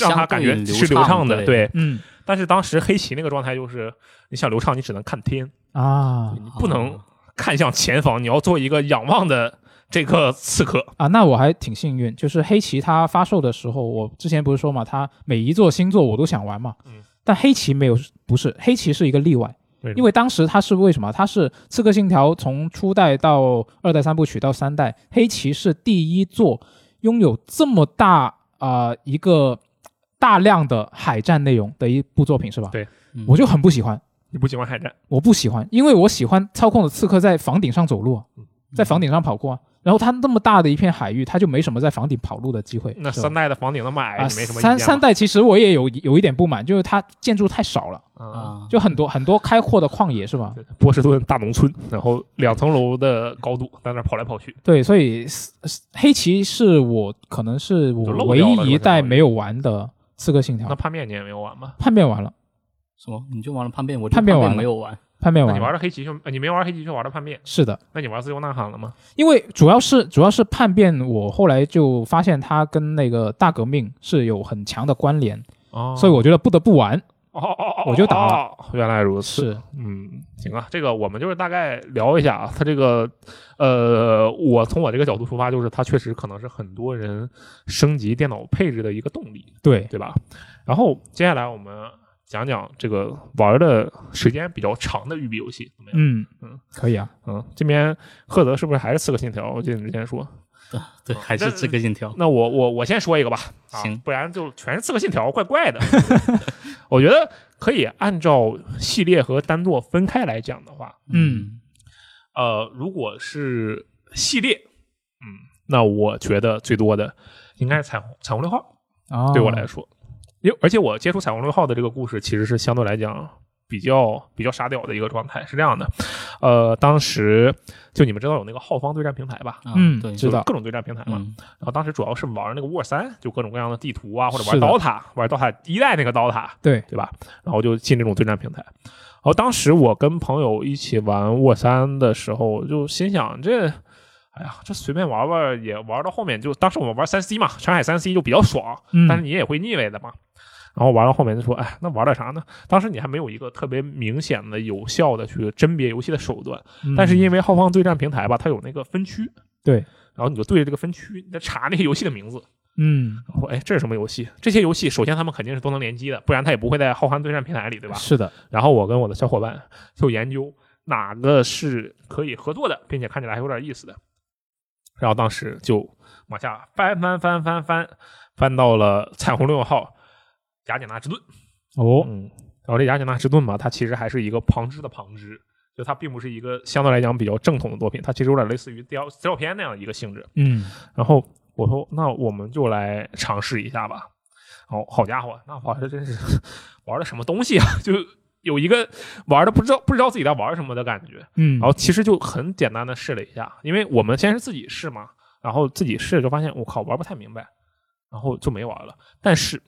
A: 让它感觉是
C: 相对流
A: 畅
C: 畅
A: 的，
C: 对
A: 对。
B: 嗯
A: 但是当时黑棋那个状态就是，你想流畅，你只能看天，
B: 啊
A: 你不能看向前方，你要做一个仰望的这个刺客。
B: 啊，那我还挺幸运，就是黑棋它发售的时候，我之前不是说嘛，它每一座星座我都想玩嘛，
A: 嗯
B: 但黑棋没有，不是黑棋是一个例外。
A: 为什么
B: 因为当时它是为什么？它是《刺客信条》从初代到二代三部曲到三代，黑骑是第一座拥有这么大啊、呃一个大量的海战内容的一部作品，是吧？
A: 对
C: 嗯
B: 我就很不喜欢，
A: 你不喜欢海战，
B: 我不喜欢，因为我喜欢操控的刺客在房顶上走路啊，
A: 嗯
B: 在房顶上跑过啊。然后他那么大的一片海域，他就没什么在房顶跑路的机会。
A: 那
B: 是吧
A: 三代的房顶那么矮，
B: 啊，
A: 你没什么意见
B: 三三
A: 代
B: 代其实我也有有一点不满，就是它建筑太少了，
A: 啊，
C: 啊，
B: 就很多很多开阔的旷野是吧？
A: 对波士顿大农村，然后两层楼的高度，在那儿跑来跑去。
B: 对，所以是是黑棋是我可能是
A: 就
B: 我
A: 漏
B: 唯
A: 掉了
B: 一
A: 是
B: 一
A: 吧
B: 代没有玩的《刺客信条
A: 那》，叛变你也没有玩吧？
B: 叛变完了，
C: 什么？你就玩了叛变，我就
B: 叛变完了
C: 没有玩，
B: 叛变
A: 那
B: 完
A: 你
B: 了，
A: 玩了黑棋就呃你没玩黑棋就玩了叛变，
B: 是的，
A: 那你玩自由呐喊了吗？
B: 因为主要是主要是叛变，我后来就发现它跟那个大革命是有很强的关联，
A: 哦
B: 所以我觉得不得不玩。
A: 哦哦哦，
B: 我就打了
A: 了。原来如此，
B: 是，
A: 嗯，行啊，这个我们就是大概聊一下啊，它这个，呃，我从我这个角度出发，就是它确实可能是很多人升级电脑配置的一个动力。
B: 对，
A: 对吧？然后接下来我们讲讲这个玩的时间比较长的育碧游戏怎么样？
B: 嗯
A: 嗯
B: 可以啊，
A: 嗯这边赫德是不是还是刺客信条？我记得你之前说，
C: 对，还是刺客信条。
A: 那我我我先说一个吧，啊
C: 行
A: 不然就全是刺客信条，怪怪的。我觉得可以按照系列和单作分开来讲的话，
B: 嗯
A: 呃，如果是系列，嗯，那我觉得最多的应该是彩虹彩虹六号。
B: 哦，
A: 对我来说，因为而且我接触彩虹六号的这个故事，其实是相对来讲比较比较傻屌的一个状态。是这样的，呃，当时就你们知道有那个浩方对战平台吧？
C: 啊
B: 嗯
C: 对，
B: 知道
A: 就是各种对战平台嘛，
C: 嗯
A: 然后当时主要是玩那个 War 三，就各种各样的地图啊，或者
B: 是
A: 玩
B: 的
A: DOTA，玩 DOTA 一代那个 DOTA，
B: 对，
A: 对吧？然后就进这种对战平台。然后当时我跟朋友一起玩沃三的时候，就心想这，哎呀，这随便玩玩也玩到后面就，当时我们玩三 C 嘛，上海三 C 就比较爽，
B: 嗯
A: 但是你也会腻味的嘛。然后玩到后面就说，哎，那玩点啥呢？当时你还没有一个特别明显的、有效的去甄别游戏的手段，但是因
B: 为
A: 为浩方对战平台吧，它有那个分区，
B: 嗯对
A: 然后你就对着这个分区，你再查那些游戏的名字，
B: 嗯
A: 我说，哎，这是什么游戏？这些游戏首先他们肯定是都能联机的，不然他也不会在浩瀚对战平台里，对吧？
B: 是的，
A: 然后我跟我的小伙伴就研究哪个是可以合作的，并且看起来还有点意思的。然后当时就往下翻翻翻翻翻，翻到了彩虹六号雅典娜之盾。
B: 哦
A: 嗯，然后这雅典娜之盾嘛，它其实还是一个旁支的旁支，就它并不是一个相对来讲比较正统的作品，它其实有点类似于雕资料片那样的一个性质。
B: 嗯
A: 然后我说，那我们就来尝试一下吧。哦，好家伙，那玩的真是玩的什么东西啊？ 就有一个玩的不知道不知道自己在玩什么的感觉。
B: 嗯，
A: 然后其实就很简单的试了一下，因为我们先是自己试嘛，然后自己试就发现我靠玩不太明白，然后就没玩了。但是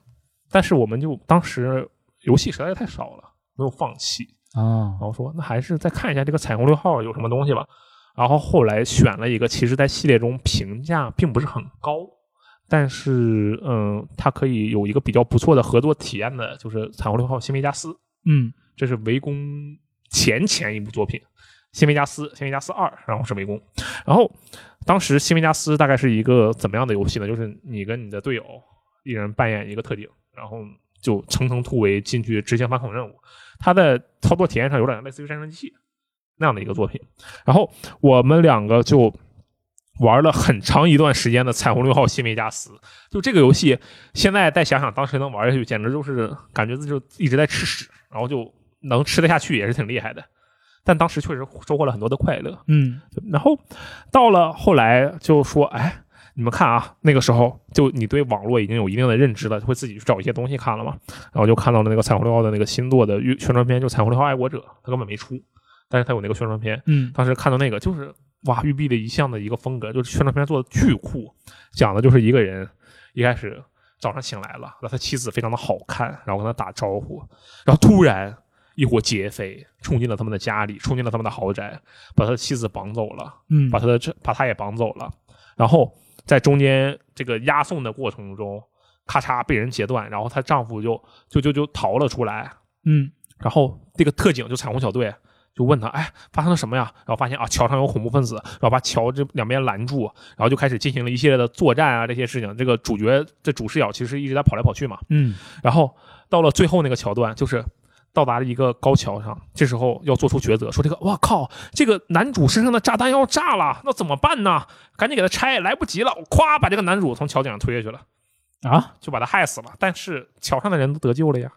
A: 但是我们就当时游戏实在是太少了，没有放弃。
B: 啊
A: 然，后说那还是再看一下这个彩虹六号有什么东西吧。然后后来选了一个，其实在系列中评价并不是很高，但是嗯，它可以有一个比较不错的合作体验的，就是彩虹六号新维加斯，
B: 嗯
A: 这是围攻前前一部作品。新维加斯，新维加斯二，然后是围攻。然后当时新维加斯大概是一个怎么样的游戏呢？就是你跟你的队友一人扮演一个特警，然后就层层突围进去执行反恐任务。它的操作体验上有点类似于战争机器那样的一个作品。然后我们两个就玩了很长一段时间的《彩虹六号：新维加斯》。就这个游戏，现在再想想当时能玩下去，简直就是感觉就一直在吃屎，然后就能吃得下去也是挺厉害的。但当时确实收获了很多的快乐。
B: 嗯
A: 然后到了后来就说，哎，你们看啊，那个时候就你对网络已经有一定的认知了，会自己去找一些东西看了嘛。然后就看到了那个彩虹六号的那个新做的预宣传片，就《彩虹六号爱国者》，它根本没出，但是它有那个宣传片，
B: 嗯
A: 当时看到那个就是哇，育碧的一项的一个风格，就是宣传片做的巨酷，讲的就是一个人一开始早上醒来了，那他妻子非常的好看，然后跟他打招呼，然后突然一伙劫匪冲进了他们的家里，冲进了他们的豪宅，把他的妻子绑走了，
B: 嗯
A: 把他的这把他也绑走了，然后在中间这个押送的过程中，咔嚓被人截断，然后她丈夫就就就就逃了出来，
B: 嗯
A: 然后这个特警就彩虹小队就问他，哎，发生了什么呀？然后发现啊，桥上有恐怖分子，然后把桥这两边拦住，然后就开始进行了一系列的作战啊，这些事情。这个主角这主视角其实一直在跑来跑去嘛。
B: 嗯
A: 然后到了最后那个桥段，就是到达了一个高桥上，这时候要做出抉择，说这个哇靠，这个男主身上的炸弹要炸了，那怎么办呢？赶紧给他拆，来不及了！我咵把这个男主从桥顶上推下去了，
B: 啊，
A: 就把他害死了。但是桥上的人都得救了呀。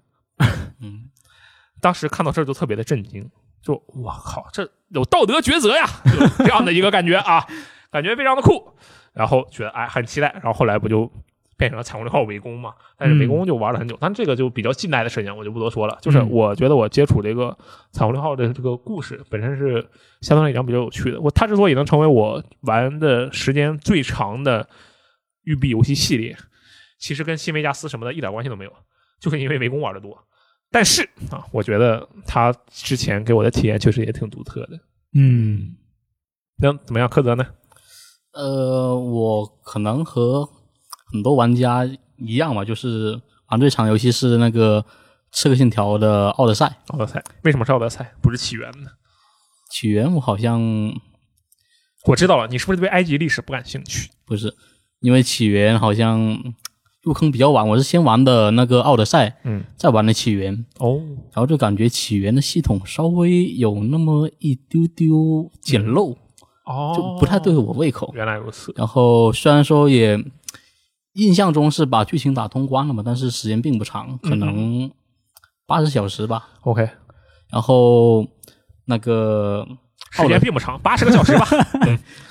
C: 嗯，
A: 当时看到这儿就特别的震惊，就我靠，这有道德抉择呀，就这样的一个感觉啊，感觉非常的酷，然后觉得哎很期待，然后后来不就变成了彩虹六号围攻嘛，但是围攻就玩了很久，但这个就比较近代的事情，我就不多说了。就是
B: 嗯
A: 我觉得我接触这个彩虹六号的这个故事本身是相对来讲比较有趣的，我它之所以能成为我玩的时间最长的育碧游戏系列，其实跟新维加斯什么的一点关系都没有，就是因为围攻玩的多。但是啊，我觉得他之前给我的体验确实也挺独特的。
B: 嗯
A: 那怎么样，柯泽呢？
C: 呃，我可能和很多玩家一样吧，就是玩最长游戏是那个《刺客信条》的《奥德赛》。
A: 奥德赛为什么是奥德赛，不是起源呢？
C: 起源我好像
A: 我知道了，你是不是对埃及历史不感兴趣？
C: 不是，因为起源好像入坑比较晚，我是先玩的那个《奥德赛》，
A: 嗯，
C: 再玩的起源，
A: 哦，
C: 然后就感觉起源的系统稍微有那么一丢丢简陋，
A: 哦
C: 就不太对。我胃口。
A: 原来如此，
C: 然后虽然说也印象中是把剧情打通关了嘛，但是时间并不长，
A: 嗯
C: 可能八十小时吧。
A: OK，
C: 然后那个
A: 时间并不长，八十个小 时吧。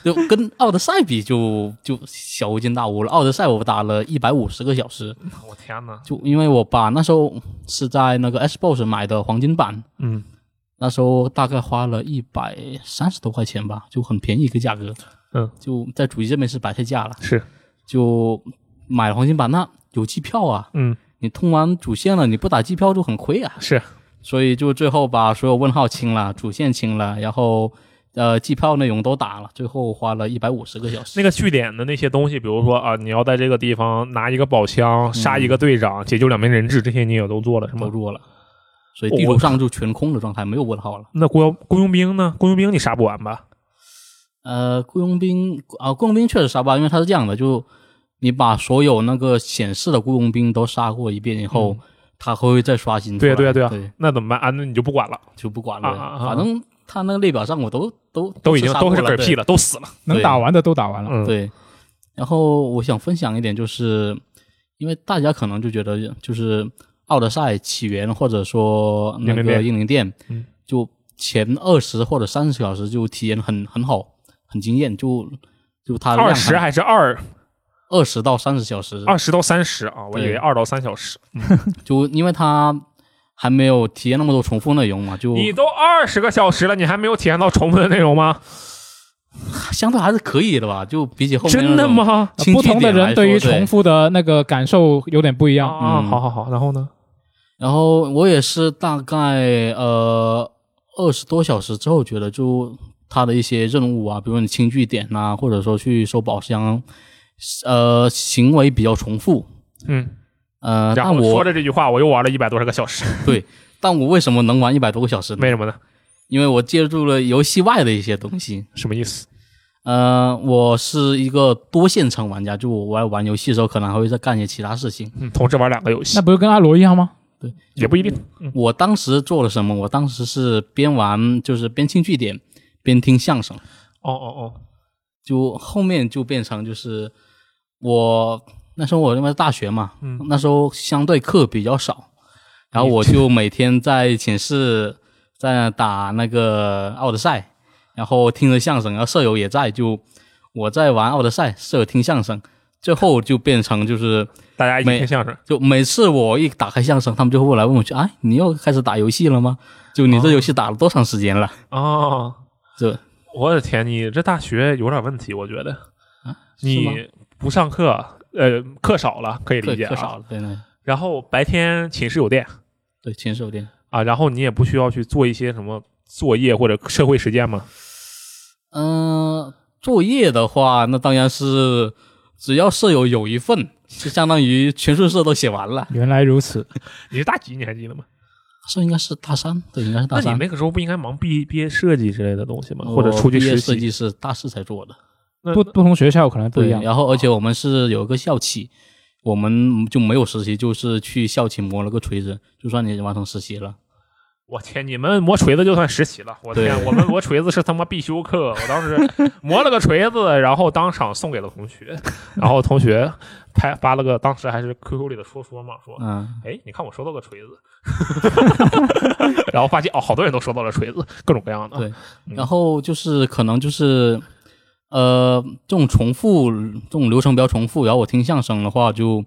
C: 就跟奥德赛比就就小巫见大巫了。奥德赛我打了一百五十个小时，
A: 我天哪，
C: 就因为我把那时候是在那个 Xbox 买的黄金版，
A: 嗯，
C: 那时候大概花了一百三十多块钱吧，就很便宜一个价格。
A: 嗯，
C: 就在主机这边是白菜价了，
A: 是，
C: 就买了黄金版，那有机票啊，
A: 嗯，
C: 你通完主线了，你不打机票就很亏啊。
A: 是，
C: 所以就最后把所有问号清了，主线清了，然后呃机票内容都打了，最后花了一百五十个小时。
A: 那个据点的那些东西，比如说啊，你要在这个地方拿一个宝箱，杀一个队长，解救两名人质，这些你也都做了是
C: 都
A: 吗？
C: 弱了，所以地图上就全空的状态，没有问号了。
A: 那雇雇佣兵呢？雇佣兵你杀不完吧？
C: 呃，雇佣兵啊，雇佣兵确实杀不完，因为它是这样的，就你把所有那个显示的雇佣兵都杀过一遍以后，它会再刷新出
A: 对
C: 来。
A: 呀、嗯对呀、
C: 对
A: 对呀、那怎么办啊？那你就不管了，
C: 就不管了。
A: 啊啊啊
C: 反正它那个列表上我都都
A: 都已经都
C: 是
A: 是嗝屁
C: 了。
A: 了，都死了。
B: 能打完的都打完了，
A: 嗯，
C: 对对，然后我想分享一点，就是因为大家可能就觉得就是《奥德赛》起源或者说那
A: 英灵
C: 个
A: 殿
C: 英灵殿，
A: 嗯
C: 就前二十或者三十小时就体验很很好，很惊艳，就就它的
A: 二十还是二
C: 二十到三十小时，
A: 二十到三十啊？我以为
C: 对
A: 二到三小时。
C: 就因为它还没有体验那么多重复内容嘛，就
A: 你都二十个小时了，你还没有体验到重复的内容吗？
C: 相对还是可以的吧，就比起后面
A: 真的
C: 那种
A: 吗？
C: 轻
B: 呃不
C: 据
B: 同的
C: 点来
B: 人对于
C: 说哦
B: 重复的那个感受有点不一样。
A: 啊，
C: 嗯
A: 好好好，然后呢？
C: 然后我也是大概呃二十多小时之后，觉得就它的一些任务啊，比如你清据点呐、或者说去收宝箱，呃，行为比较重复。
A: 嗯，
C: 呃，
A: 然
C: 但
A: 后说
C: 我
A: 着这句话，我又玩了一百多少个小时，
C: 但我为什么能玩一百多个小时呢？
A: 为什么呢？
C: 因为我借助了游戏外的一些东西。
A: 什么意思？
C: 呃，我是一个多线程玩家，就我玩玩游戏的时候，可能还会再干一些其他事情。
A: 嗯，同时玩两个游戏
B: 那不是跟阿罗一样吗？
A: 也不一定。
C: 我当时做了什么？我当时是边玩就是边清据点，边听相声。
A: 哦哦
C: 就后面就变成就是我那时候我因为大学嘛，那时候相对课比较少，然后我就每天在寝室在那打那个奥德赛，然后听着相声，然后舍友也在，就我在玩奥德赛，舍友听相声，最后就变成就是
A: 哦，大家一起
C: 没
A: 听相声，
C: 就每次我一打开相声，他们就会过来问我去，哎，你又开始打游戏了吗？就你这游戏打了多长时间了？
A: 哦，
C: 这
A: 我的天，你这大学有点问题，我觉得
C: 是吗
A: 你不上课，呃，课少了可以
C: 课
A: 理解
C: 课
A: 啊
C: 少。了，对对
A: 然后白天寝室有电
C: 对，禽兽店。
A: 啊，然后你也不需要去做一些什么作业或者社会实践嘛。
C: 嗯，作业的话，那当然是只要舍友有一份，就相当于全宿舍都写完了。
B: 原来如此，
A: 你是大几？你还记得吗？
C: 这应该是大三，对，应该是
A: 那
C: 大
A: 你
C: 三。
A: 那个时候不应该忙毕毕业设计之类的东西吗？
C: 我
A: 或者出去
C: 毕业
A: 实
C: 设
A: 习？
C: 计是大四才做的，
A: 那
B: 不不同学校可能不
C: 对。
B: 一样。
C: 然后，而且我们是有一个校企，我们就没有实习，就是去校企磨了个锤子，就算你完成实习了。
A: 我天，你们磨锤子就算实习了，我的天，
C: 对
A: 我们磨锤子是他妈必修课。我当 时磨了个锤子，然后当场送给了同学，然后同学拍发了个，当时还是 QQ 里的说说嘛，说
C: 嗯，
A: 哎，你看我收到个锤子， 然后发现哦，好多人都收到了锤子，各种各样的。
C: 对
A: 嗯
C: 然后就是可能就是，呃，这种重复，这种流程比较重复。然后我听相声的话，就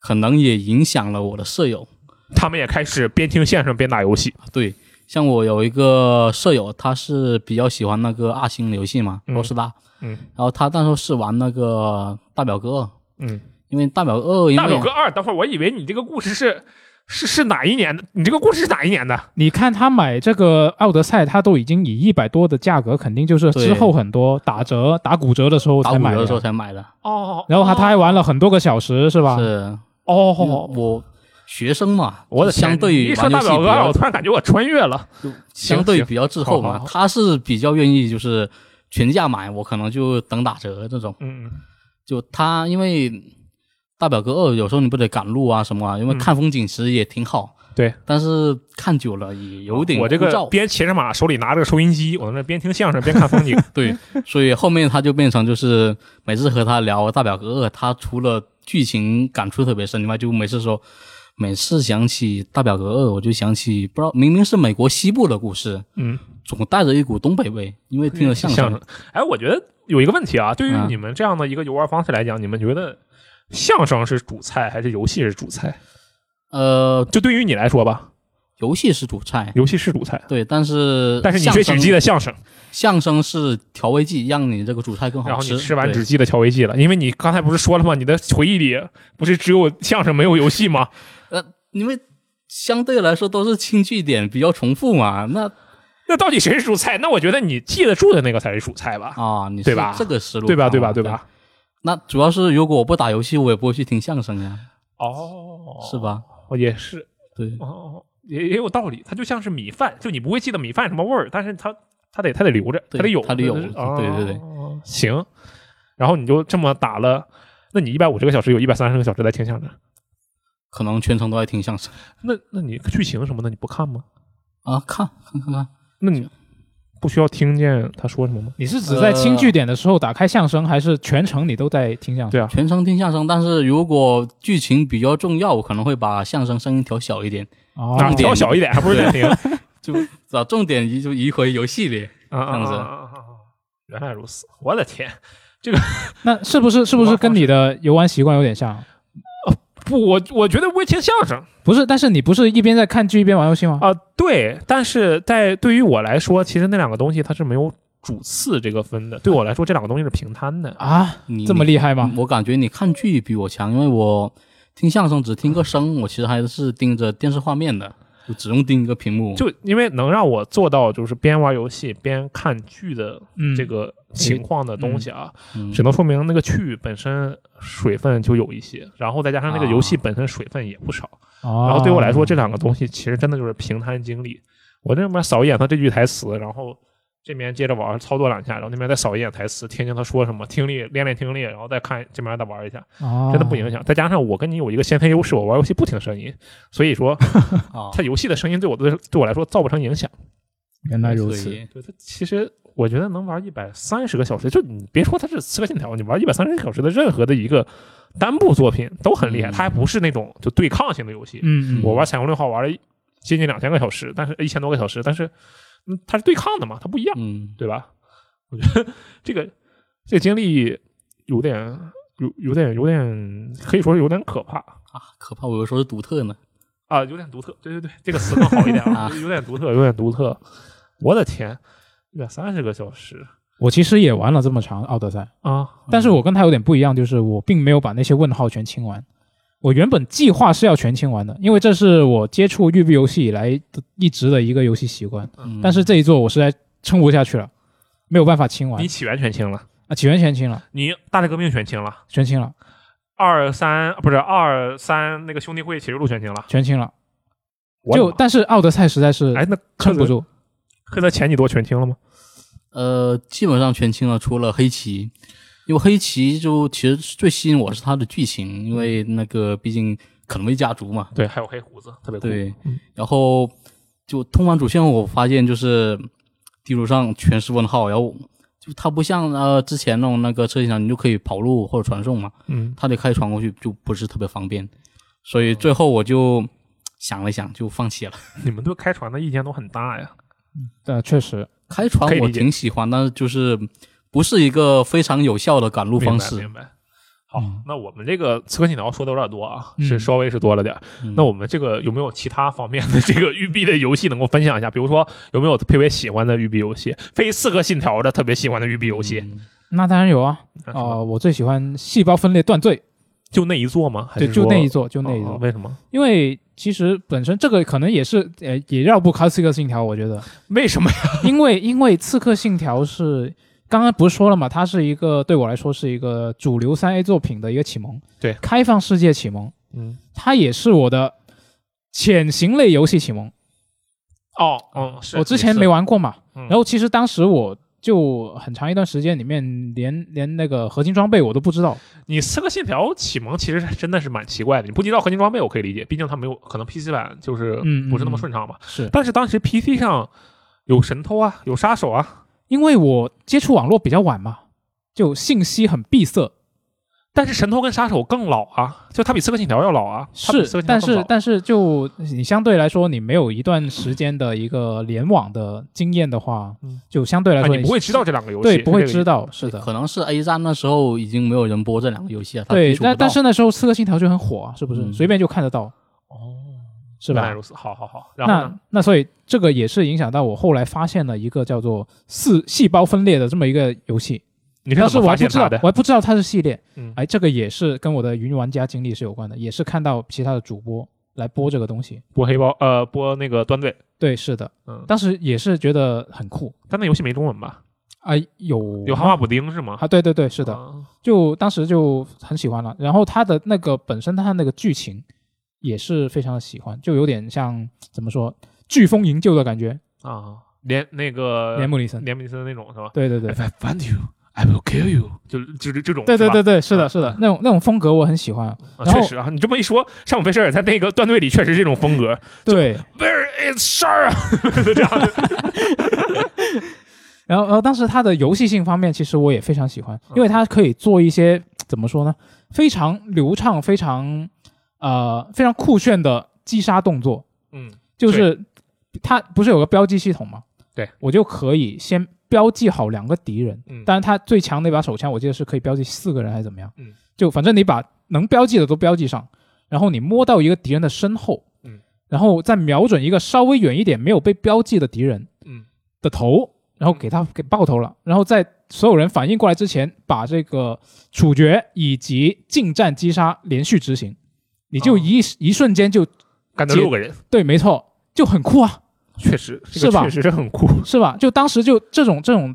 C: 可能也影响了我的舍友。啊
A: 他们也开始边听相声边打游戏。
C: 对，像我有一个舍友，他是比较喜欢那个二星的游戏嘛，
A: 嗯
C: 罗斯达。
A: 嗯
C: 然后他那时候是玩那个大表哥，
A: 嗯，
C: 因为大表哥，因为
A: 大表哥二，等会儿我以为你这个故事是是是哪一年的？你这个故事是哪一年的？
B: 你看他买这个奥德赛，他都已经以一百多的价格，肯定就是
C: 对
B: 之后很多打折、打骨折的时候
C: 打
B: 才
C: 五
B: 买
C: 折的时候
B: 的。
C: 才买的，
A: 哦，
B: 然后他他还玩了很多个小时，是吧？
C: 是因为
A: 哦，
C: 我学生嘛，
A: 我的天
C: 相对于
A: 一说
C: 玩游
A: 大
C: 戏
A: 表
C: 比
A: 哥二，我
C: 较
A: 突然感觉我穿越了。
C: 相
A: 行
C: 对
A: 行
C: 比较滞后
A: 好
C: 嘛
A: 好，好
C: 他是比较愿意就是全价买，我可能就等打折这种。
A: 嗯，
C: 就他因为大表哥二，有时候你不得赶路啊什么啊，因为
A: 嗯
C: 看风景其实也挺好。
A: 对，
C: 但是看久了也有点
A: 啊我这
C: 枯
A: 个
C: 燥
A: 边骑着马，手里拿着个收音机，我在那边听相声边看风 景。
C: 对，所以后面他就变成就是每次和他聊大表哥二，他除了剧情感触特别深以外，就每次说，每次想起大表哥二，我就想起不知道明明是美国西部的故事，
A: 嗯，
C: 总带着一股东北味，因为听了相声，。
A: 哎，我觉得有一个问题啊，对于
C: 嗯
A: 你们这样的一个游玩方式来讲，你们觉得相声是主菜还是游戏是主菜？
C: 呃，
A: 就对于你来说吧，
C: 游戏是主菜。
A: 游戏是主菜，
C: 对，但是
A: 但是你
C: 相
A: 学
C: 声
A: 纸鸡的相声，
C: 相声是调味剂，让你这个主菜更
A: 然
C: 好
A: 后
C: 吃。
A: 你吃完
C: 对
A: 纸鸡的调味剂了，因为你刚才不是说了吗？你的回忆里不是只有相声没有游戏吗？
C: 因为相对来说都是轻据点，比较重复嘛。那
A: 那到底谁是主菜？那我觉得你记得住的那个才是主菜吧，
C: 啊，你是
A: 对吧
C: 这个思路
A: 对吧？
C: 看
A: 对吧？
C: 法
A: 对？吧？
C: 那主要是如果我不打游戏，我也不会去听相声呀，
A: 哦，
C: 是？吧？
A: 也是，
C: 对，
A: 哦，也也有道理。它就像是米饭，就你不会记得米饭什么味儿，但是它它得它得留着，
C: 对
A: 它得有，
C: 它得有
A: 就是哦
C: 对对对
A: 行。然后你就这么打了，那你一百五十个小时有一百三十个小时在听相声，
C: 可能全程都在听相声
A: 那那你剧情什么的你不看吗？
C: 啊，看看看看，
A: 那你不需要听见他说什么吗？
B: 你是指在清据点的时候打开相声，还是全程你都在听相声？
A: 对啊，
C: 全程听相声。但是如果剧情比较重要，我可能会把相声声音调小一点，
B: 哦
A: 哪
C: 重点
A: 调小一点，还不是在听
C: 就把重点移就移回游戏里。
A: 啊啊
C: 样子
A: 啊啊啊啊原来如此，我的天！
B: 那是不是是不是跟你的游玩习惯有点像？
A: 不，我我觉得不会听相声
B: 不是，但是你不是一边在看剧一边玩游戏吗？
A: 啊、对，但是在对于我来说，其实那两个东西它是没有主次这个分的。对我来说，这两个东西是平摊的。
B: 啊，
C: 你
B: 这么厉害
C: 害
B: 吗？
C: 嗯我感觉你看
B: 嗯
C: 剧比我强，因为我听相声只听个声，我其实还是盯着电视画面的。就只用盯一个屏幕，
A: 就因为能让我做到就是边玩游戏边看剧的
B: 嗯，
A: 这个情况的东西啊，
C: 嗯
A: 只能说明那个剧本身水分就有一些，然后再加上那个
C: 啊
A: 游戏本身水分也不少。
B: 然
A: 然后对我来说，这两个东西其实真的就是平摊经历。我这边扫一眼他这句台词，然后这边接着玩操作两下，然后那边再扫一眼台词，听听他说什么，听力练练听力，然后再看这边再玩一下，
B: 哦
A: 真的不影响。再加上我跟你有一个先天优势，我玩游戏不听声音，所以说
C: 啊，
A: 他游戏的声音对我的对我来说造不成影响。
B: 原来如
C: 所
B: 此，
C: 以
A: 对他其实。我觉得能玩一百三十个小时，就你别说它是《刺客信条》，你玩一百三十个小时的任何的一个单部作品都很厉害，
C: 嗯
A: 它还不是那种就对抗性的游戏，
B: 嗯，嗯
A: 我玩《彩虹六号》玩了一接近两千个小时，但是呃一千多个小时，但是嗯，它是对抗的嘛，它不一样，
C: 嗯，
A: 对吧？我觉得这个这个经历有点有有点有点可以说是有点可怕
C: 啊，可怕，我以为说是独特呢，
A: 啊，有点独特。对对对，这个词更好一点啊
C: 啊，
A: 有点独特，有点独特。我的天，一百三十个小时
B: 我其实也玩了这么长《奥德赛》，
A: 啊！
B: 但是我跟他有点不一样，就是我并没有把那些问号全清完。我原本计划是要全清完的，因为这是我接触育碧游戏以来的一直的一个游戏习惯。
C: 嗯
B: 但是这一座我实在撑不下去了，没有办法清完
A: 你起源全清了，
B: 啊！起源全清了，
A: 你大内革命全清了，
B: 全清了，
A: 二三啊不是二三那个兄弟会启示录全清了，
B: 全清了。
A: 我的
B: 就但是《奥德赛》实在是
A: 妈哎那
B: 撑不
A: 克
B: 住，
A: 德克德前几多全清了吗？
C: 呃，基本上全清了，除了黑棋，因为黑棋就其实最吸引我是它的剧情，因为那个毕竟肯威家族嘛，
A: 对，还有黑胡子特别酷。
C: 对，
A: 嗯
C: 然后就通完主线后，我发现就是地图上全是问号，然后就它不像呃之前那种那个车型上你就可以跑路或者传送嘛，
A: 嗯，
C: 它得开船过去就不是特别方便，所以最后我就想了想就放弃了。
A: 你们对开船的意见都很大呀。
B: 呃，确实，
C: 开船
A: 可以
C: 我
A: 理解
C: 挺喜欢，但是就是不是一个非常有效的赶路方式。
A: 明白。明白好，那我们这个刺客信条说的有点多啊，
B: 嗯
A: 是稍微是多了点儿。
C: 嗯
A: 那我们这个有没有其他方面的这个育碧的游戏能够分享一下？比如说有没有特别喜欢的育碧游戏，非刺客信条的特别喜欢的育碧游戏？
C: 嗯
B: 那当然有啊。
A: 啊是吗
B: 哦，我最喜欢《细胞分裂断罪》，
A: 就那一座吗？还
B: 对，
A: 是
B: 就
A: 说
B: 那一座，就那一
A: 哦
B: 座。
A: 为什么？
B: 因为其实本身这个可能也是呃也绕不开《刺客信条》，我觉得，
A: 为什么？
B: 因为因为《刺客信条》是刚刚不是说了嘛，它是一个对我来说是一个主流三 A 作品的一个启蒙，
A: 对
B: 开放世界启蒙，
A: 嗯，
B: 它也是我的潜行类游戏启蒙。
A: 哦，嗯，是
B: 我之前没玩过嘛，
A: 嗯
B: 然后其实当时我就很长一段时间里面连连那个合金装备我都不知道，
A: 你刺客信条启蒙其实真的是蛮奇怪的。你不知道合金装备，我可以理解，毕竟它没有可能 PC 版就是
B: 嗯嗯
A: 不是那么
B: 嗯
A: 顺畅嘛。
B: 是
A: 但是当时 PC 上有神偷啊，有杀手啊，
B: 因为我接触网络比较晚嘛，就信息很闭塞。
A: 但是神偷跟杀手更老啊，就它比刺客信条要老啊，它比
B: 是
A: 刺客，信条
B: 但
A: 更
B: 是
A: 老
B: 但是就你相对来说，你没有一段时间的一个联网的经验的话，
A: 嗯
B: 就相对来
A: 啊
B: 说
A: 你不会知道这两个游戏，
B: 对不会知
A: 道。
B: 道，是的，
C: 可能是 A 站那时候已经没有人播这两个游戏了。它
B: 对
C: 接。触不
B: 但但
C: 到
B: 是那时候《刺客信条》就很火啊，是不是？
C: 嗯
B: 随便就看得到，
A: 哦，
B: 是
A: 原来
B: 吧？
A: 如此，好好好。然后
B: 那
A: 呢？
B: 那所以这个也是影响到我后来发现了一个叫做四细胞分裂的这么一个游戏，
A: 你
B: 当
A: 是
B: 时
A: 怎
B: 我
A: 么发
B: 还不
A: 现
B: 知道
A: 它，的？
B: 我还不知道它是系列，
A: 嗯
B: 哎，这个也是跟我的云玩家经历是有关的，也是看到其他的主播来播这个东西，
A: 播黑包呃播那个端队，
B: 对，是的，
A: 嗯，
B: 当时也是觉得很酷。
A: 但那游戏没中文吧？
B: 啊，有
A: 有蛤蟆补丁是吗？
B: 啊，对对对， 是的，
A: 啊
B: 就当时就很喜欢了。然后它的那个本身它的那个剧情也是非常的喜欢，就有点像怎么说飓风营救的感觉，
A: 啊，连那个
B: 连姆里森。
A: 连姆里呃森那种是吧？
B: 对对对，
A: I find you, I will kill you，就就就这种，
B: 对对
A: 是吧
B: 对对，是的，
A: 嗯
B: 是的，那种那种风格我很喜欢。
A: 啊
B: 然后
A: 确实啊，你这么一说，山姆费舍尔在那个段队里确实是这种风 格。
B: 对，
A: Where is Sarah？就 这样的，
B: 然后然后当时它的游戏性方面，其实我也非常喜欢，因为它可以做一些怎么说呢，非常流畅、非常呃非常酷炫的击杀动作。
A: 嗯，
B: 就是它不是有个标记系统吗？
A: 对，
B: 我就可以先标记好两个敌人。
A: 嗯
B: 当然，它最强那把手枪，我记得是可以标记四个人还是怎么样？
A: 嗯，
B: 就反正你把能标记的都标记上，然后你摸到一个敌人的身后，
A: 嗯，
B: 然后再瞄准一个稍微远一点没有被标记的敌人
A: 嗯
B: 的头，然后给他给爆头了，然后在所有人反应过来之前，把这个处决以及近战击杀连续执行，你就
A: 哦
B: 一、一瞬间就
A: 干掉
B: 结
A: 六个人，
B: 对，没错，就很酷啊，
A: 确实这个
B: 是吧
A: 确实是很酷
B: 是吧？就当时就这种这种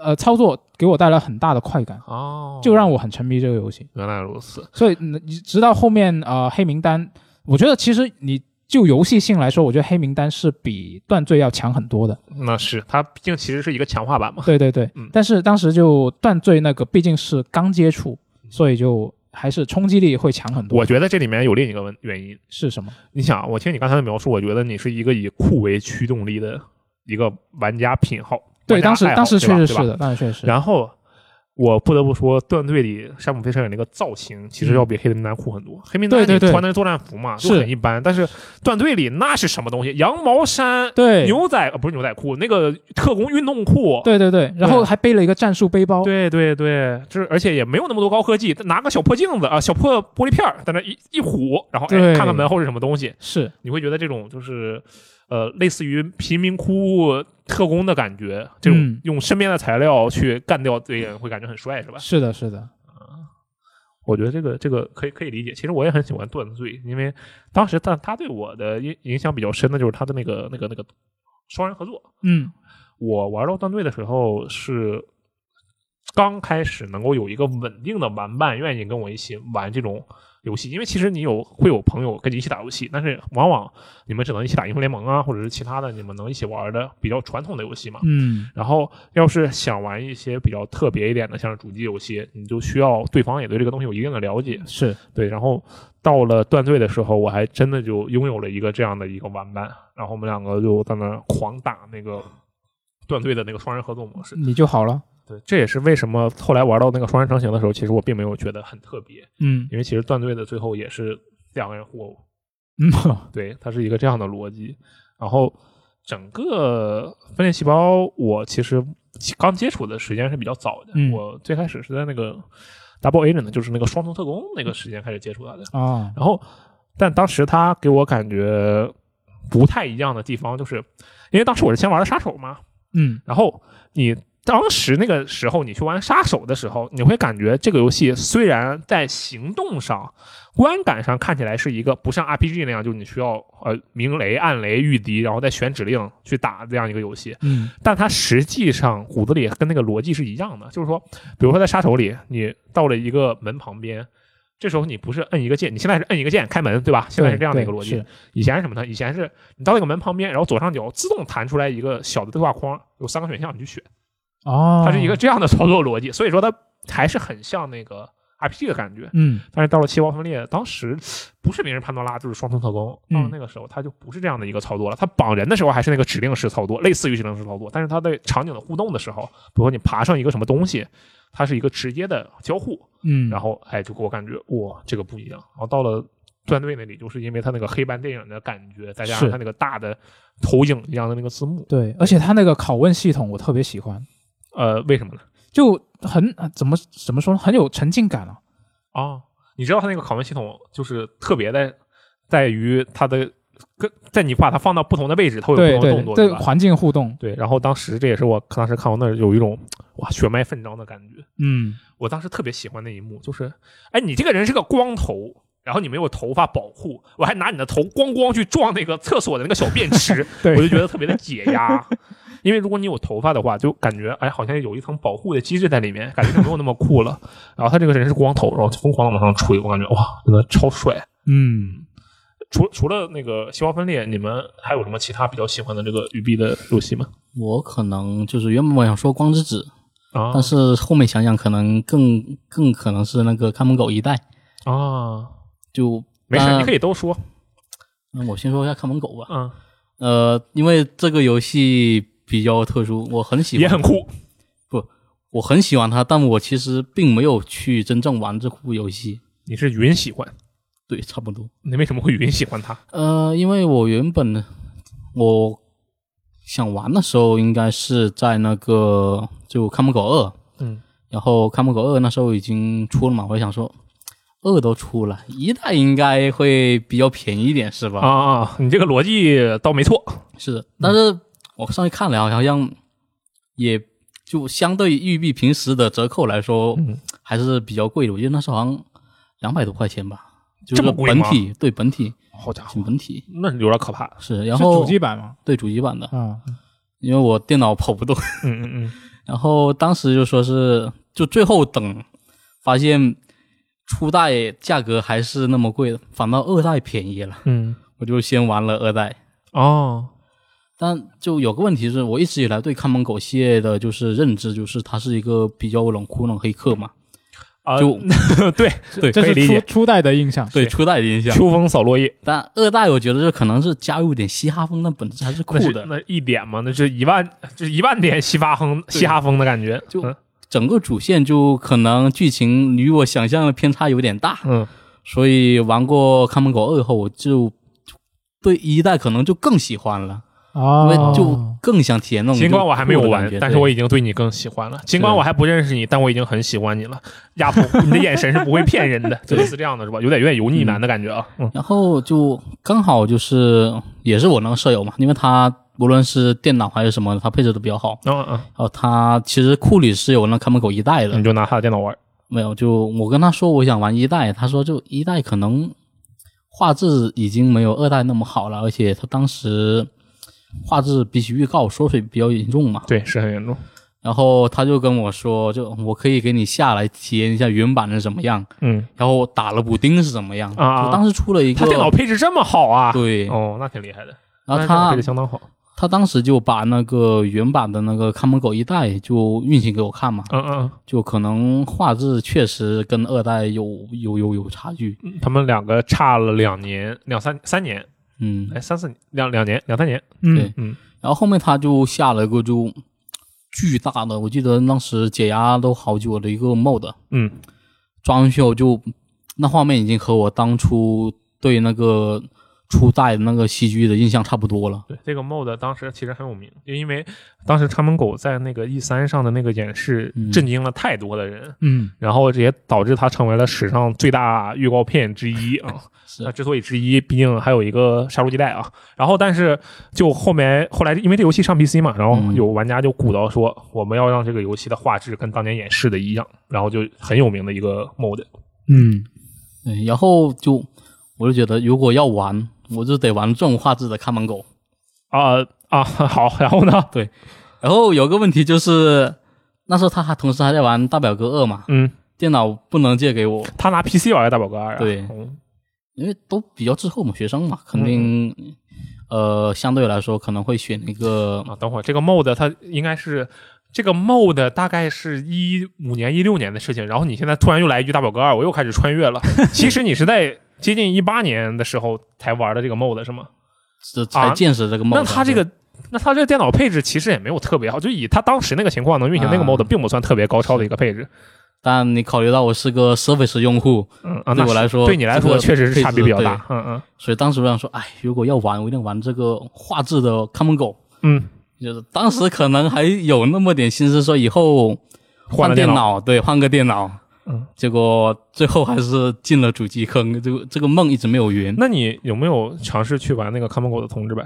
B: 呃操作给我带来很大的快感，
A: 哦
B: 就让我很沉迷这个游戏。
A: 原来如此，
B: 所以嗯你直到后面呃黑名单，我觉得其实你就游戏性来说，我觉得黑名单是比断罪要强很 多的。
A: 那是它毕竟其实是一个强化版嘛。
B: 对对对，
A: 嗯
B: 但是当时就断罪那个毕竟是刚接触，所以就还是冲击力会强很
A: 嗯
B: 多。
A: 我觉得这里面有另一个问原因，
B: 是什么？
A: 你想，我听你刚才的描述，我觉得你是一个以酷为驱动力的一个玩家品号。
B: 对，
A: 玩家
B: 当时
A: 爱好
B: 当时
A: 对吧
B: 确实
A: 对吧
B: 是的，当时确实是。
A: 然后我不得不说，《断队》里山姆飞车人那个造型其实要比黑名单酷很多。黑名单
B: 嗯对对
A: 你
B: 对
A: 穿的是作战服嘛，就是很一般。但是《断队》里那是什么东西？羊毛衫、
B: 对，
A: 牛仔呃不是牛仔裤，那个特工运动裤。
B: 对对对，然后
A: 对
B: 还背了一个战术背包。
A: 对对对，这而且也没有那么多高科技，拿个小破镜子啊，小破玻璃片儿在那一一唬，然后哎
B: 对
A: 看看门后是什么东西，
B: 是，
A: 你会觉得这种就是呃类似于贫民窟特工的感觉，这种、
B: 嗯
A: 用身边的材料去干掉敌人，会感觉很帅是吧？
B: 是的，是的，
A: 我觉得这个这个可以可以理解。其实我也很喜欢断罪，因为当时但他对我的影影响比较深的就是他的那个那个那个双人合作。
B: 嗯，
A: 我玩到断队的时候是刚开始能够有一个稳定的玩伴，愿意跟我一起玩这种游戏，因为其实你有会有朋友跟你一起打游戏，但是往往你们只能一起打英雄联盟啊，或者是其他的你们能一起玩的比较传统的游戏嘛。
B: 嗯，
A: 然后，要是想玩一些比较特别一点的，像是主机游戏，你就需要对方也对这个东西有一定的了解。
B: 是，
A: 对，然后到了断队的时候，我还真的就拥有了一个这样的一个玩伴，然后我们两个就在那儿狂打那个断队的那个双人合作模式。
B: 你就好了。
A: 对，这也是为什么后来玩到那个双人成型的时候，其实我并没有觉得很特别，
B: 嗯
A: 因为其实断队的最后也是两个人互殴，
B: 嗯，
A: 对，它是一个这样的逻辑。然后整个分裂细胞，我其实刚接触的时间是比较早的，
B: 嗯
A: 我最开始是在那个 Double Agent，就是那个双重特工那个时间开始接触它的。
B: 啊，
A: 然后，但当时他给我感觉不太一样的地方，就是因为当时我是先玩的杀手嘛，
B: 嗯，
A: 然后你当时那个时候你去玩杀手的时候，你会感觉这个游戏虽然在行动上、观感上看起来是一个不像 RPG 那样，就是你需要呃明雷、暗雷、御敌，然后再选指令去打这样一个游戏，
B: 嗯，
A: 但它实际上骨子里跟那个逻辑是一样的，就是说，比如说在杀手里，你到了一个门旁边，这时候你不是摁一个键，你现在是摁一个键开门，对吧？现在是
B: 对
A: 这样的一个
B: 对
A: 逻辑
B: 是。
A: 以前是什么呢？以前是你到那个门旁边，然后左上角自动弹出来一个小的对话框，有三个选项你去选，
B: 哦，
A: 它是一个，这样的操作逻辑。所以说它还是很像那个 RPG 的感觉。
B: 嗯，
A: 但是到了细胞分裂，当时不是明日潘多拉就是双重特工，
B: 嗯
A: 到了那个时候它就不是这样的一个操作了。它绑人的时候还是那个指令式操作，类似于指令式操作，但是它对场景的互动的时候，比如说你爬上一个什么东西，它是一个直接的交互，
B: 嗯，
A: 然后哎就给我感觉哇这个不一样。然后到了断队那里，就是因为它那个黑白电影的感觉，再加上
B: 是
A: 它那个大的投影一样的那个字幕，
B: 对，而且他那个拷问系统我特别喜欢，
A: 呃，为什么呢？
B: 就很呃怎么怎么说呢，很有沉浸感啊。
A: 哦，你知道它那个拷问系统就是特别的，在于它的跟在你把它放到不同的位置，它会有
B: 对
A: 不同的
B: 对
A: 动，作，
B: 这个
A: 吧？
B: 环境互动，
A: 对，然后当时这也是我当时看完那儿有一种哇血脉奋张的感觉。
B: 嗯，
A: 我当时特别喜欢那一幕，就是哎，你这个人是个光头，然后你没有头发保护，我还拿你的头咣咣去撞那个厕所的那个小便池，
B: 对
A: 我就觉得特别的解压。因为如果你有头发的话，就感觉哎，好像有一层保护的机制在里面，感觉就没有那么酷了。然后他这个人是光头，然后疯狂的往上吹，我感觉哇，真的超帅。
B: 嗯，
A: 除除了那个细胞分裂，你们还有什么其他比较喜欢的这个育碧的游戏吗？
C: 我可能就是原本我想说光之子，
A: 啊，
C: 但是后面想想可能更更可能是那个看门狗一代。
A: 啊，
C: 就
A: 没事，你可
C: 以。
A: 以都说。
C: 那我先说一下看门狗吧。
A: 嗯，
C: 呃，因为这个游戏比较特殊，我很喜欢，
A: 也很酷。
C: 我很喜欢它，但我其实并没有去真正玩这部游戏。
A: 你是云喜欢，
C: 对，差不多。
A: 你为什么会云喜欢它？
C: 呃，因为我原本我想玩的时候，应该是在那个就《看门狗二》，
A: 嗯，
C: 然后《看门狗二》那时候已经出了嘛，我就想说，二都出了，一代应该会比较便宜一点，是吧？
A: 啊，嗯你这个逻辑倒没错。
C: 是的，但是我上去看了，好像也就相对于育碧
A: 嗯
C: 平时的折扣来说，还是比较贵的。我记得那时候好像两百多块钱吧，就
A: 这
C: 是
A: 么贵
C: 本
A: 吗
C: 体对本体
B: 好家伙
C: 挺，本体
A: 那有点可怕。
C: 是，然
B: 是
C: 后
B: 主机版吗？
C: 对主机版的，
B: 啊，
C: 因为我电脑跑不动，
A: 嗯嗯嗯，
C: 然后当时就说是就最后等发现初代价格还是那么贵的，反倒二代便宜了，
A: 嗯，
C: 我就先玩了二代。
A: 哦，
C: 但就有个问题是我一直以来对看门狗系列的就是认知，就是它是一个比较冷酷冷黑客嘛，
A: 啊，
C: 就
A: 对
C: 对
B: 这
A: 可以
B: 是
A: 理
B: 初
A: 解
B: 初代的印象。
C: 对初代的印象。
A: 秋风扫落叶，
C: 但二代我觉得这可能是加入点嘻哈风，但本质还是酷
A: 那是
C: 的。
A: 那一点嘛，那是一万，就是一万点嘻哈风，
C: 对
A: 嘻哈风的感觉，
C: 就
A: 嗯
C: 整个主线就可能剧情与我想象的偏差有点大，
A: 嗯
C: 所以玩过看门狗二后，我就对一代可能就更喜欢了，因为
B: 哦，
C: 就更想体验那种。
A: 尽管嗯我还没有玩，但是我
C: 也
A: 已经对你更喜欢了。尽管我还不认识你，但我已经很喜欢你了。压迫你的眼神是不会骗人的，就类似这样的是吧？有点有点油腻男的感觉啊。嗯
C: 然后就刚好就是也是我那个舍友嘛，因为他无论是电脑还是什么，他配置都比较好。
A: 嗯嗯，
C: 然后他其实库里是有那看门狗一代的
A: 你，就拿他的电脑玩，
C: 没有，就我跟他说我想玩一代，他说就一代可能画质已经没有二代那么好了，而且他当时画质比起预告缩水比较严重嘛。
A: 对，是很严重。
C: 然后他就跟我说，就我可以给你下来体验一下原版是什么样，
A: 嗯，
C: 然后打了补丁是怎么样。
A: 啊
C: 就当时出了一个
A: 他电脑配置这么好啊？
C: 对，
A: 哦，那挺厉害的。
C: 然后
A: 电脑
C: 啊他
A: 配置相当好。
C: 他当时就把那个原版的那个看门狗一代就运行给我看嘛，
A: 嗯嗯
C: 就可能画质确实跟二代有有有有差距，
A: 嗯，他们两个差了两年，两三三年，
C: 嗯，
A: 哎，三四年，两两年，两三年。
B: 嗯
C: 对，
A: 嗯
C: 然后后面他就下了一个就巨大的，我记得当时解压都好久的一个 mod，
A: 嗯，
C: 装上去后就那画面已经和我当初对那个初代的那个 CG 的印象差不多了。
A: 对，这个 mod 当时其实很有名，就因为当时看门狗在那个 E 三上的那个演示
C: 嗯
A: 震惊了太多的人。
B: 嗯，
A: 然后这也导致它成为了史上最大预告片之一啊。
C: 是
A: 那之所以之一，毕竟还有一个杀戮地带啊。然后，但是就后面后来，因为这游戏上 PC 嘛，然后
C: 嗯
A: 有玩家就鼓捣说，我们要让这个游戏的画质跟当年演示的一样，然后就很有名的一个 mod。
B: 嗯，
C: 对，然后就我就觉得如果要玩，我就得玩这种画质的看门狗。
A: 啊、啊， 好，然后呢？
C: 然后有个问题就是，那时候他还同时还在玩大表哥二嘛，
A: 嗯，
C: 电脑不能借给我，
A: 他拿 PC 玩的大表哥二、啊，
C: 对
A: 嗯
C: 因为都比较滞后嘛，学生嘛，肯定、呃相对来说可能会选一个
A: 啊，等会儿这个 mod 它应该是这个 mod 大概是一五年一六年的事情，然后你现在突然又来一句大表哥二，我又开始穿越了。 其实你是在接近一八年的时候才玩的这个 mod 是吗？
C: 这才见识这个梦、
A: 啊那它这个。那它这个电脑配置其实也没有特别好，就以它当时那个情况能运行那个
C: 啊
A: mod，并不算特别高超的一个配置。
C: 但你考虑到我是个 Surface 用户，
A: 嗯啊，
C: 对
A: 那
C: 我
A: 是
C: 来说
A: 对你来
C: 这
A: 说
C: 个
A: 确实是差别比较
C: 配
A: 大
C: 置。
A: 嗯嗯
C: 所以当时我想说，哎，如果要玩，我一定玩这个画质的看门狗。
A: 嗯，
C: 就是当时可能还有那么点心思，说以后
A: 换了
C: 电
A: 脑，
C: 脑，对，换个电脑。
A: 嗯，
C: 结果最后还是进了主机坑，这个这个梦一直没有圆
A: 那你有没有尝试去玩那个看门狗的同志版？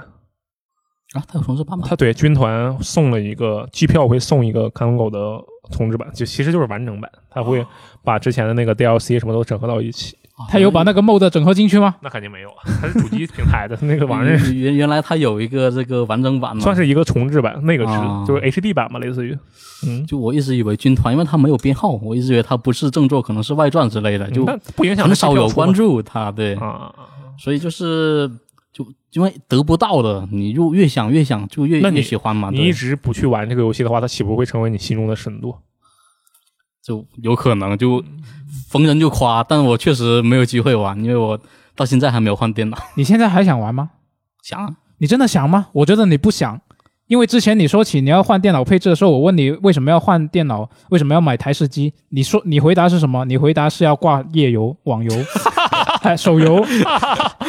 C: 啊！他有同事爸妈，
A: 他对军团送了一个机票，会送一个看门狗的重置版，就其实就是完整版，他会
C: 哦
A: 把之前的那个 DLC 什么都整合到一起。
B: 他
C: 啊
B: 有把那个 mod 整合进去吗？
A: 那肯定没有 啊，它是主机平台的那个网站，
C: 原原来他有一个这个完整版嘛，
A: 算是一个重置版，那个是、
C: 啊
A: 就是 HD 版吧，类似于。嗯，
C: 就我一直以为军团，因为他没有编号，我一直以为他不是正作，可能是外传之类的，就
A: 但不影响
C: 很少有关
A: 注
C: 注他。对，
A: 啊。啊啊
C: 所以就是就因为得不到的，你就越想越想，就越
A: 那你
C: 越喜欢嘛。
A: 你
C: 啊对
A: 一直不去玩这个游戏的话，它岂不会成为你心中的神作？
C: 就有可能就逢人就夸，但我确实没有机会玩，因为我到现在还没有换电脑。
B: 你现在还想玩吗？
C: 想啊，
B: 你真的想吗？我觉得你不想，因为之前你说起你要换电脑配置的时候，我问你为什么要换电脑，为什么要买台式机，你说你回答是什么？你回答是要挂页游、网游、 哎、手游，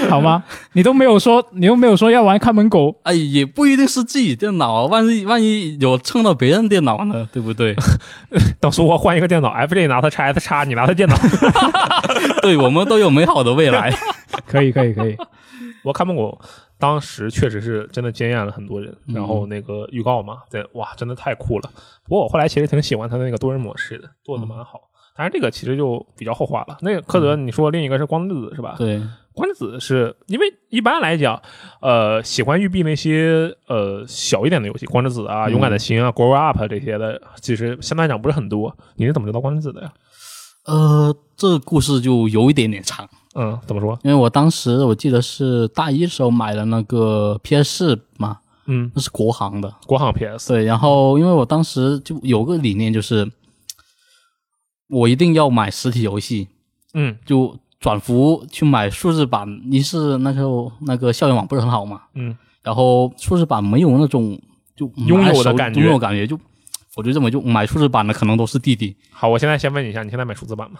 B: 好吗？你都没有说，你又没有说要玩看门狗，
C: 哎，也不一定是自己电脑啊，万一万一有蹭到别人电脑呢，对不对？
A: 等苏活换一个电脑，FJ 拿它拆，它叉，你拿它电脑。
C: 对我们都有美好的未来。
B: 可以，可以，可以，
A: 我看门狗当时确实是真的惊艳了很多人，
C: 嗯
A: 然后那个
C: 嗯
A: 预告嘛，对，哇，真的太酷了。不过我后来其实挺喜欢它的那个多人模式的，做的蛮好。当然这个其实就比较后话了。那个科德，你说另一个是光之子是吧？
C: 对，
A: 光之子是因为一般来讲，呃，喜欢育碧那些呃小一点的游戏，光之子啊、
C: 嗯
A: 勇敢的心啊、Grow Up 这些的，其实相对来讲不是很多。你是怎么知道光之子的呀？
C: 呃，这故事就有一点点长，
A: 嗯，怎么说？
C: 因为我当时我记得是大一时候买的那个 PS 嘛，
A: 嗯，
C: 那是国行的，
A: 国行 PS，
C: 对，然后因为我当时就有个理念，就是我一定要买实体游戏，
A: 嗯
C: 就转服去买数字版。一是那时候那个校园网不是很好嘛，
A: 嗯，
C: 然后数字版没有那种就
A: 拥有的感觉
C: 拥有感觉就。我就认为，就买数字版的可能都是弟弟，
A: 好，我现在先问你一下，你现在买数字版吗？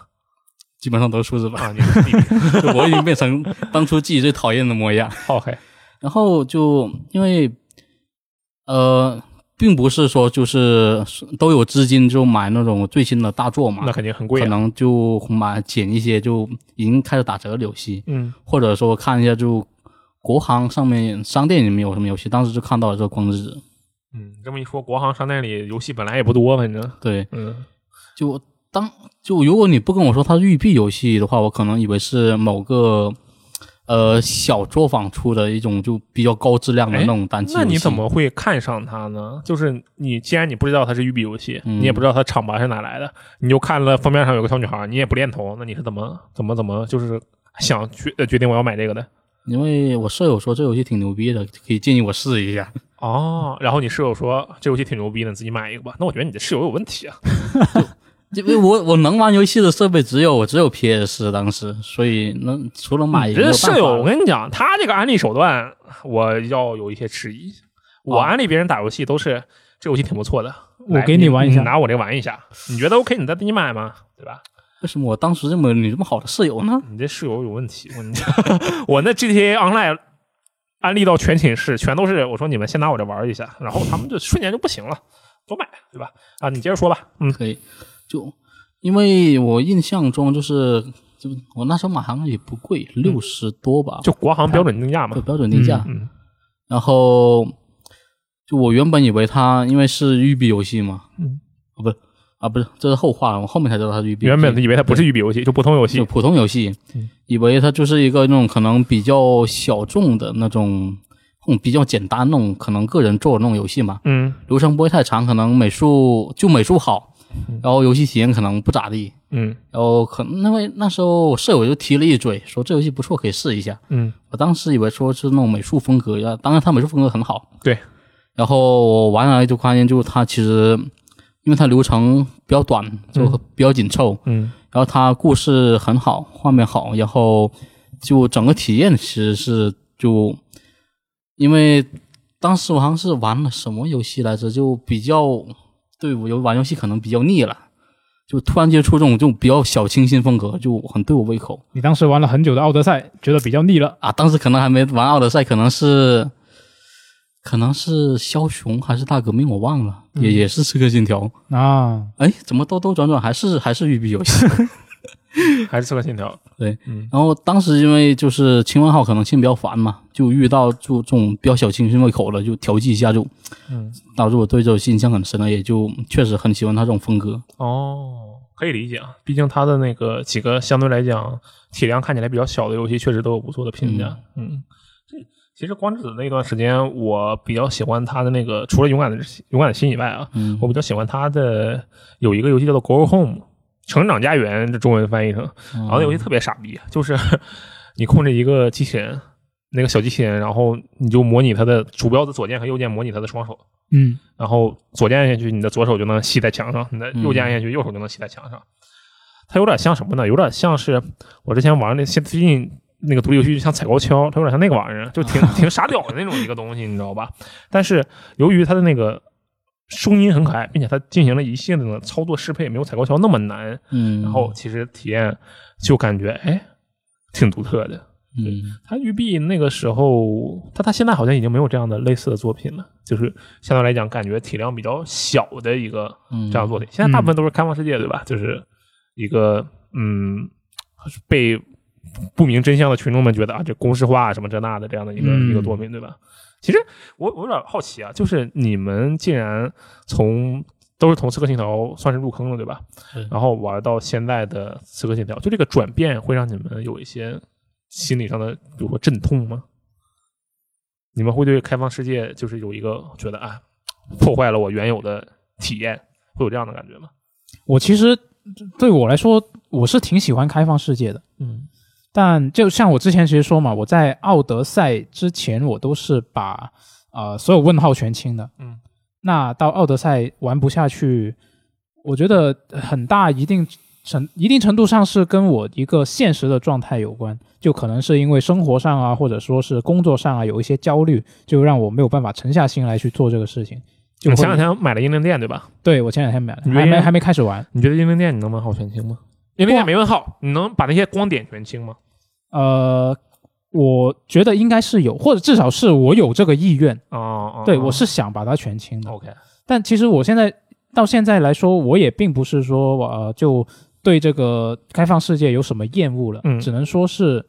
C: 基本上都是数字版。
A: 啊，你是弟弟
C: 就我已经变成当初自己最讨厌的模样。
A: ，OK，
C: 然后就因为呃，并不是说就是都有资金就买那种最新的大作嘛
A: 那，肯定很贵
C: 可
A: 啊。
C: 能就买捡一些就已经开始打折的游戏，
A: 嗯
C: 或者说看一下就国行上面商店里面有什么游戏，当时就看到了这个光之子，
A: 嗯，这么一说，国行商店里游戏本来也不多，反正
C: 对，
A: 嗯
C: 就当就如果你不跟我说它是育碧游戏的话，我可能以为是某个。呃，小作坊出的一种就比较高质量的
A: 哎
C: 那种单机游
A: 那
C: 戏，
A: 你怎么会看上它呢？就是你既然你不知道它是育碧游戏，
C: 嗯
A: 你也不知道它厂牌是哪来的，你就看了封面上有个小女孩，你也不恋童，那你是怎么怎么怎么就是想决呃决定我要买这个的？
C: 因为我舍友说这游戏挺牛逼的，可以建议我试一下。
A: 哦，然后你室友说这游戏挺牛逼的，你自己买一个吧。那我觉得你的室友有问题啊。
C: 因为我我能玩游戏的设备只有我只有 PS，当时所以能除了买，
A: 你
C: 也没
A: 这
C: 有
A: 舍
C: 办
A: 友，
C: 法
A: 我跟你讲，他这个安利手段，我要有一些迟疑。我
C: 哦
A: 安利别人打游戏都是这游戏挺不错的，
B: 我
A: 来
B: 给你玩一下
A: 拿我这玩一下，你觉得 OK，你再自己买嘛，对吧？
C: 为什么我当时这么你这么好的室友呢？
A: 你这室友有问题，我跟你讲， 我那 GTA Online 安利到全寝室，全都是我说你们先拿我这玩一下，然后他们就瞬间就不行了，都买，对吧？啊，你接着说吧，嗯
C: 可以，就因为我印象中就是就我那时候买好像也不贵，六十多吧，
A: 就国行标准定价嘛
C: 对，标准定价。
A: 嗯
C: 然后就我原本以为它因为是育碧游戏嘛，
A: 嗯，
C: 啊不是啊不是，这是后话了，我后面才知道它是育碧游戏。
A: 原本以为它不是育碧游戏，就普通游戏
C: 就，普通游戏，
A: 嗯
C: 以为它就是一个那种可能比较小众的那种，嗯，比较简单那种，可能个人做的那种游戏嘛，
A: 嗯
C: 流程不会太长，可能美术就美术好，然后游戏体验可能不咋地，
A: 嗯
C: 然后可能因为那时候我舍友就提了一嘴，说这游戏不错，可以试一下。
A: 嗯，
C: 我当时以为说是那种美术风格，然后当然它美术风格很好，
A: 对。
C: 然后我玩来就发现，就它其实因为它流程比较短，就比较紧凑，
A: 嗯
C: 然后它故事很好，画面好，然后就整个体验其实是就，因为当时我好像是玩了什么游戏来着，就比较对我游玩游戏可能比较腻了，就突然接触这种就比较小清新风格，就很对我胃口
B: 你当时玩了很久的《奥德赛》，觉得比较腻了，
C: 啊。当时可能还没玩奥德赛，可能是可能是枭雄还是大革命，我忘了，也也是刺客信条。
B: 啊，
C: 哎，怎么兜兜转转还是还是育碧游戏？
A: 还是刺客信条，
C: 然后当时因为就是清文号可能性比较烦嘛，就遇到就这种比较小清新胃口的，就调剂一下就，
A: 嗯，
C: 导致我对这种印象很深了，也就确实很喜欢他这种风格。
A: 哦，可以理解啊，毕竟它的那个几个相对来讲体量看起来比较小的游戏，确实都有不错的评价。嗯，这其实光之子那段时间，我比较喜欢他的那个，除了勇敢的勇敢的心以外啊，
C: 嗯
A: 我比较喜欢他的有一个游戏叫做《Go Home》，成长家园，这中文翻译成，然后那游戏特别傻逼，就是你控制一个机器人。那个小机器人，然后你就模拟它的鼠标的左键和右键模拟它的双手，
B: 嗯，
A: 然后左键按下去，你的左手就能吸在墙上；你的右键按下去，右手就能吸在墙上。它有点像什么呢？有点像是我之前玩那现最近那个独立游戏，就像踩高跷，它有点像那个玩意儿，就挺挺傻屌的那种一个东西，你知道吧？但是由于它的那个收音很可爱，并且它进行了一系列的操作适配，没有踩高跷那么难。
C: 嗯，
A: 然后其实体验就感觉哎挺独特的。
C: 嗯，
A: 他育碧那个时候，他他现在好像已经没有这样的类似的作品了，就是相对来讲感觉体量比较小的一个
C: 嗯
A: 这样的作品。现在大部分都是开放世界，对吧？就是一个嗯，被不明真相的群众们觉得啊，这公式化啊什么这那的这样的一个、
B: 嗯
A: 一个作品，对吧？其实我我有点好奇啊，就是你们既然从都是从刺客信条算是入坑了，对吧
C: 对？
A: 然后玩到现在的刺客信条，就这个转变会让你们有一些心理上的，比如说阵痛吗？你们会对开放世界就是有一个觉得啊，破坏了我原有的体验，会有这样的感觉吗？
B: 我其实对我来说，我是挺喜欢开放世界的。
A: 嗯
B: 但就像我之前其实说嘛，我在《奥德赛》之前，我都是把呃所有问号全清的。
A: 嗯，
B: 那到《奥德赛》玩不下去，我觉得很大一定程一定程度上是跟我一个现实的状态有关，就可能是因为生活上啊，或者说是工作上啊有一些焦虑，就让我没有办法沉下心来去做这个事情。就
A: 你
B: 会
A: 前两天买了英灵殿，对吧？
B: 对我前两天买了，
A: 你
B: 还
A: 原
B: 没
A: 因
B: 还没开始玩。
A: 你觉得英灵殿你能问号全清吗？英灵殿
B: 哇
A: 没问号，你能把那些光点全清吗？
B: 呃，我觉得应该是有，或者至少是我有这个意愿。
A: 哦哦，
B: 对，
A: 哦
B: 我是想把它全清的。
A: OK，
B: 但其实我现在到现在来说，我也并不是说呃就对这个开放世界有什么厌恶了，
A: 嗯
B: 只能说是，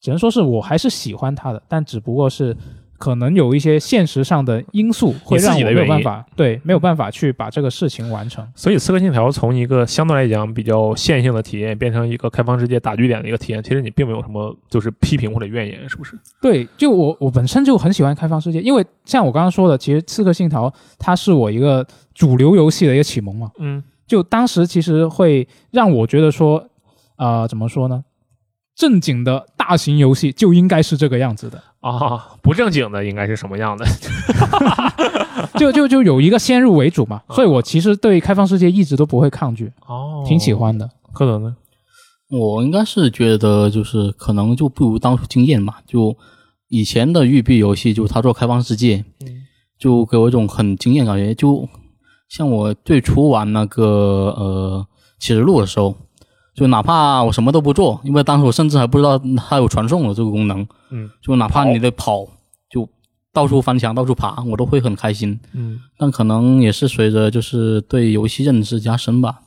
B: 只能说是我还是喜欢它的，但只不过是可能有一些现实上的因素会
A: 你自
B: 让
A: 己
B: 我
A: 的
B: 没有
A: 原
B: 办
A: 因
B: 法，对，没有办法去把这个事情完成。
A: 所以《刺客信条》从一个相对来讲比较线性的体验，变成一个开放世界打据点的一个体验，其实你并没有什么就是批评或者怨言，是不是？
B: 对，就我我本身就很喜欢开放世界，因为像我刚刚说的，其实《刺客信条》它是我一个主流游戏的一个启蒙嘛，
A: 嗯
B: 就当时其实会让我觉得说，呃，怎么说呢？正经的大型游戏就应该是这个样子 的，
A: 啊，不正经的应该是什么样的？
B: 就就就有一个先入为主嘛，
A: 嗯
B: 所以我其实对开放世界一直都不会抗拒，
A: 哦
B: 挺喜。欢的。
A: 柯伦呢？
C: 我应该是觉得就是可能就不如当初经验嘛，就以前的育碧游戏，就他做开放世界，
A: 嗯
C: 就给我一种很惊艳感觉。就像我最初玩那个呃《启示录》的时候，就哪怕我什么都不做，因为当时我甚至还不知道它有传送的这个功能，
A: 嗯，
C: 就哪怕你得跑，就到处翻墙、到处爬，我都会很开心。
A: 嗯，
C: 但可能也是随着就是对游戏认知加深吧，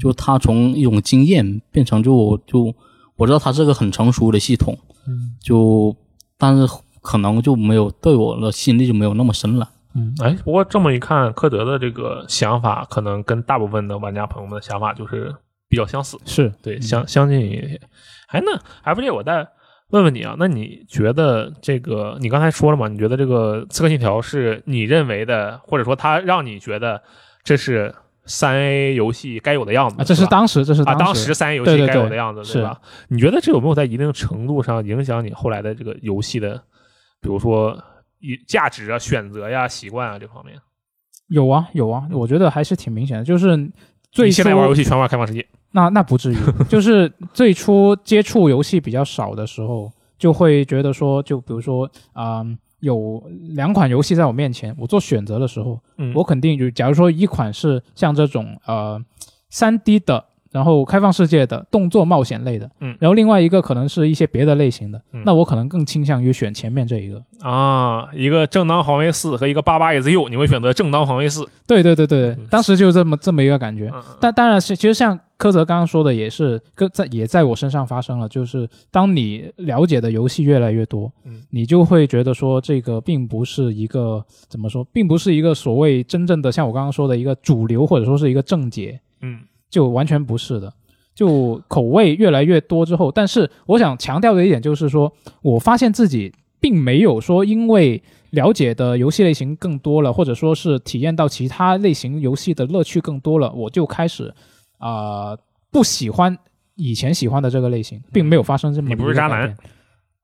C: 就它从一种经验变成就我就我知道它是个很成熟的系统，
A: 嗯
C: 就但是可能就没有对我的吸引力就没有那么深了。
A: 哎，不过这么一看，柯德的这个想法可能跟大部分的玩家朋友们的想法就是比较相似，
B: 是
A: 对，相相近一些。哎，那 F J，我再问问你啊，那你觉得这个，你刚才说了嘛？你觉得这个《刺客信条》是你认为的，或者说它让你觉得这是三 A 游戏该有的样子？
B: 啊，这是
A: 吧
B: 当时，这是
A: 啊，当
B: 时，
A: 三 A 游
B: 对
A: 戏
B: 对
A: 该有
B: 对
A: 的样子，
B: 是
A: 吧？你觉得这有没有在一定程度上影响你后来的这个游戏的，比如说以价值啊、选择呀、习惯啊这方面？
B: 有啊有啊，我觉得还是挺明显的，就是最
A: 你
B: 初
A: 现在玩游戏全玩开放世界，
B: 那那 不至于，就是最初接触游戏比较少的时候，就会觉得说，就比如说，啊、有两款游戏在我面前，我做选择的时候，
A: 嗯
B: 我肯定就，假如说一款是像这种呃三 D 的，然后开放世界的动作冒险类的，
A: 嗯
B: 然后另外一个可能是一些别的类型的，
A: 嗯
B: 那我可能更倾向于选前面这一个。
A: 啊，一个正当防卫四和一个八八 is you，你会选择正当防卫四？
B: 对对对对对
A: 嗯，
B: 当时就这么这么一个感觉。
A: 嗯，
B: 但当然是，其实像柯泽刚刚说的，也是跟在也在我身上发生了，就是当你了解的游戏越来越多，
A: 嗯
B: 你就会觉得说这个并不是一个怎么说，并不是一个所谓真正的像我刚刚说的一个主流或者说是一个正解，
A: 嗯
B: 就完全不是的。就口味越来越多之后，但是我想强调的一点就是说，我发现自己并没有说因为了解的游戏类型更多了，或者说是体验到其他类型游戏的乐趣更多了，我就开始啊、呃不喜欢以前喜欢的这个类型，并没有发生这么
A: 你不是
B: 一个
A: 渣
B: 改
A: 男
B: 变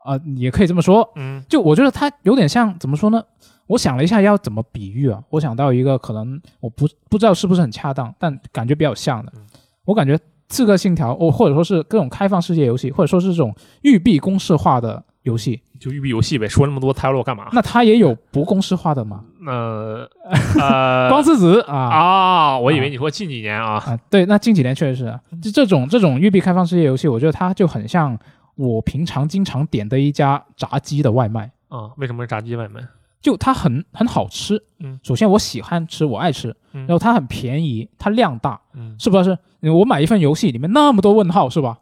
B: 啊、也可以这么说。
A: 嗯
B: 就我觉得它有点像怎么说呢？我想了一下要怎么比喻啊，我想到一个可能我不不知道是不是很恰当，但感觉比较像的
A: 嗯。
B: 我感觉《刺客信条》哦，或者说是各种开放世界游戏，或者说是这种育碧公式化的游戏，
A: 就育碧游戏呗，说那么多他要我干嘛？
B: 那它也有不公式化的嘛？
A: 那 呃，
B: 光之子啊
A: 啊，我以为你说近几年啊，嗯
B: 啊，对，那近几年确实是啊，就这种这种育碧开放世界游戏，我觉得它就很像我平常经常点的一家炸鸡的外卖，
A: 啊，为什么是炸鸡外卖？
B: 就它很很好吃。
A: 嗯
B: 首先我喜欢吃，我爱吃，
A: 嗯
B: 然后它很便宜，它量大，
A: 嗯，
B: 是不是？我买一份游戏里面那么多问号是吧？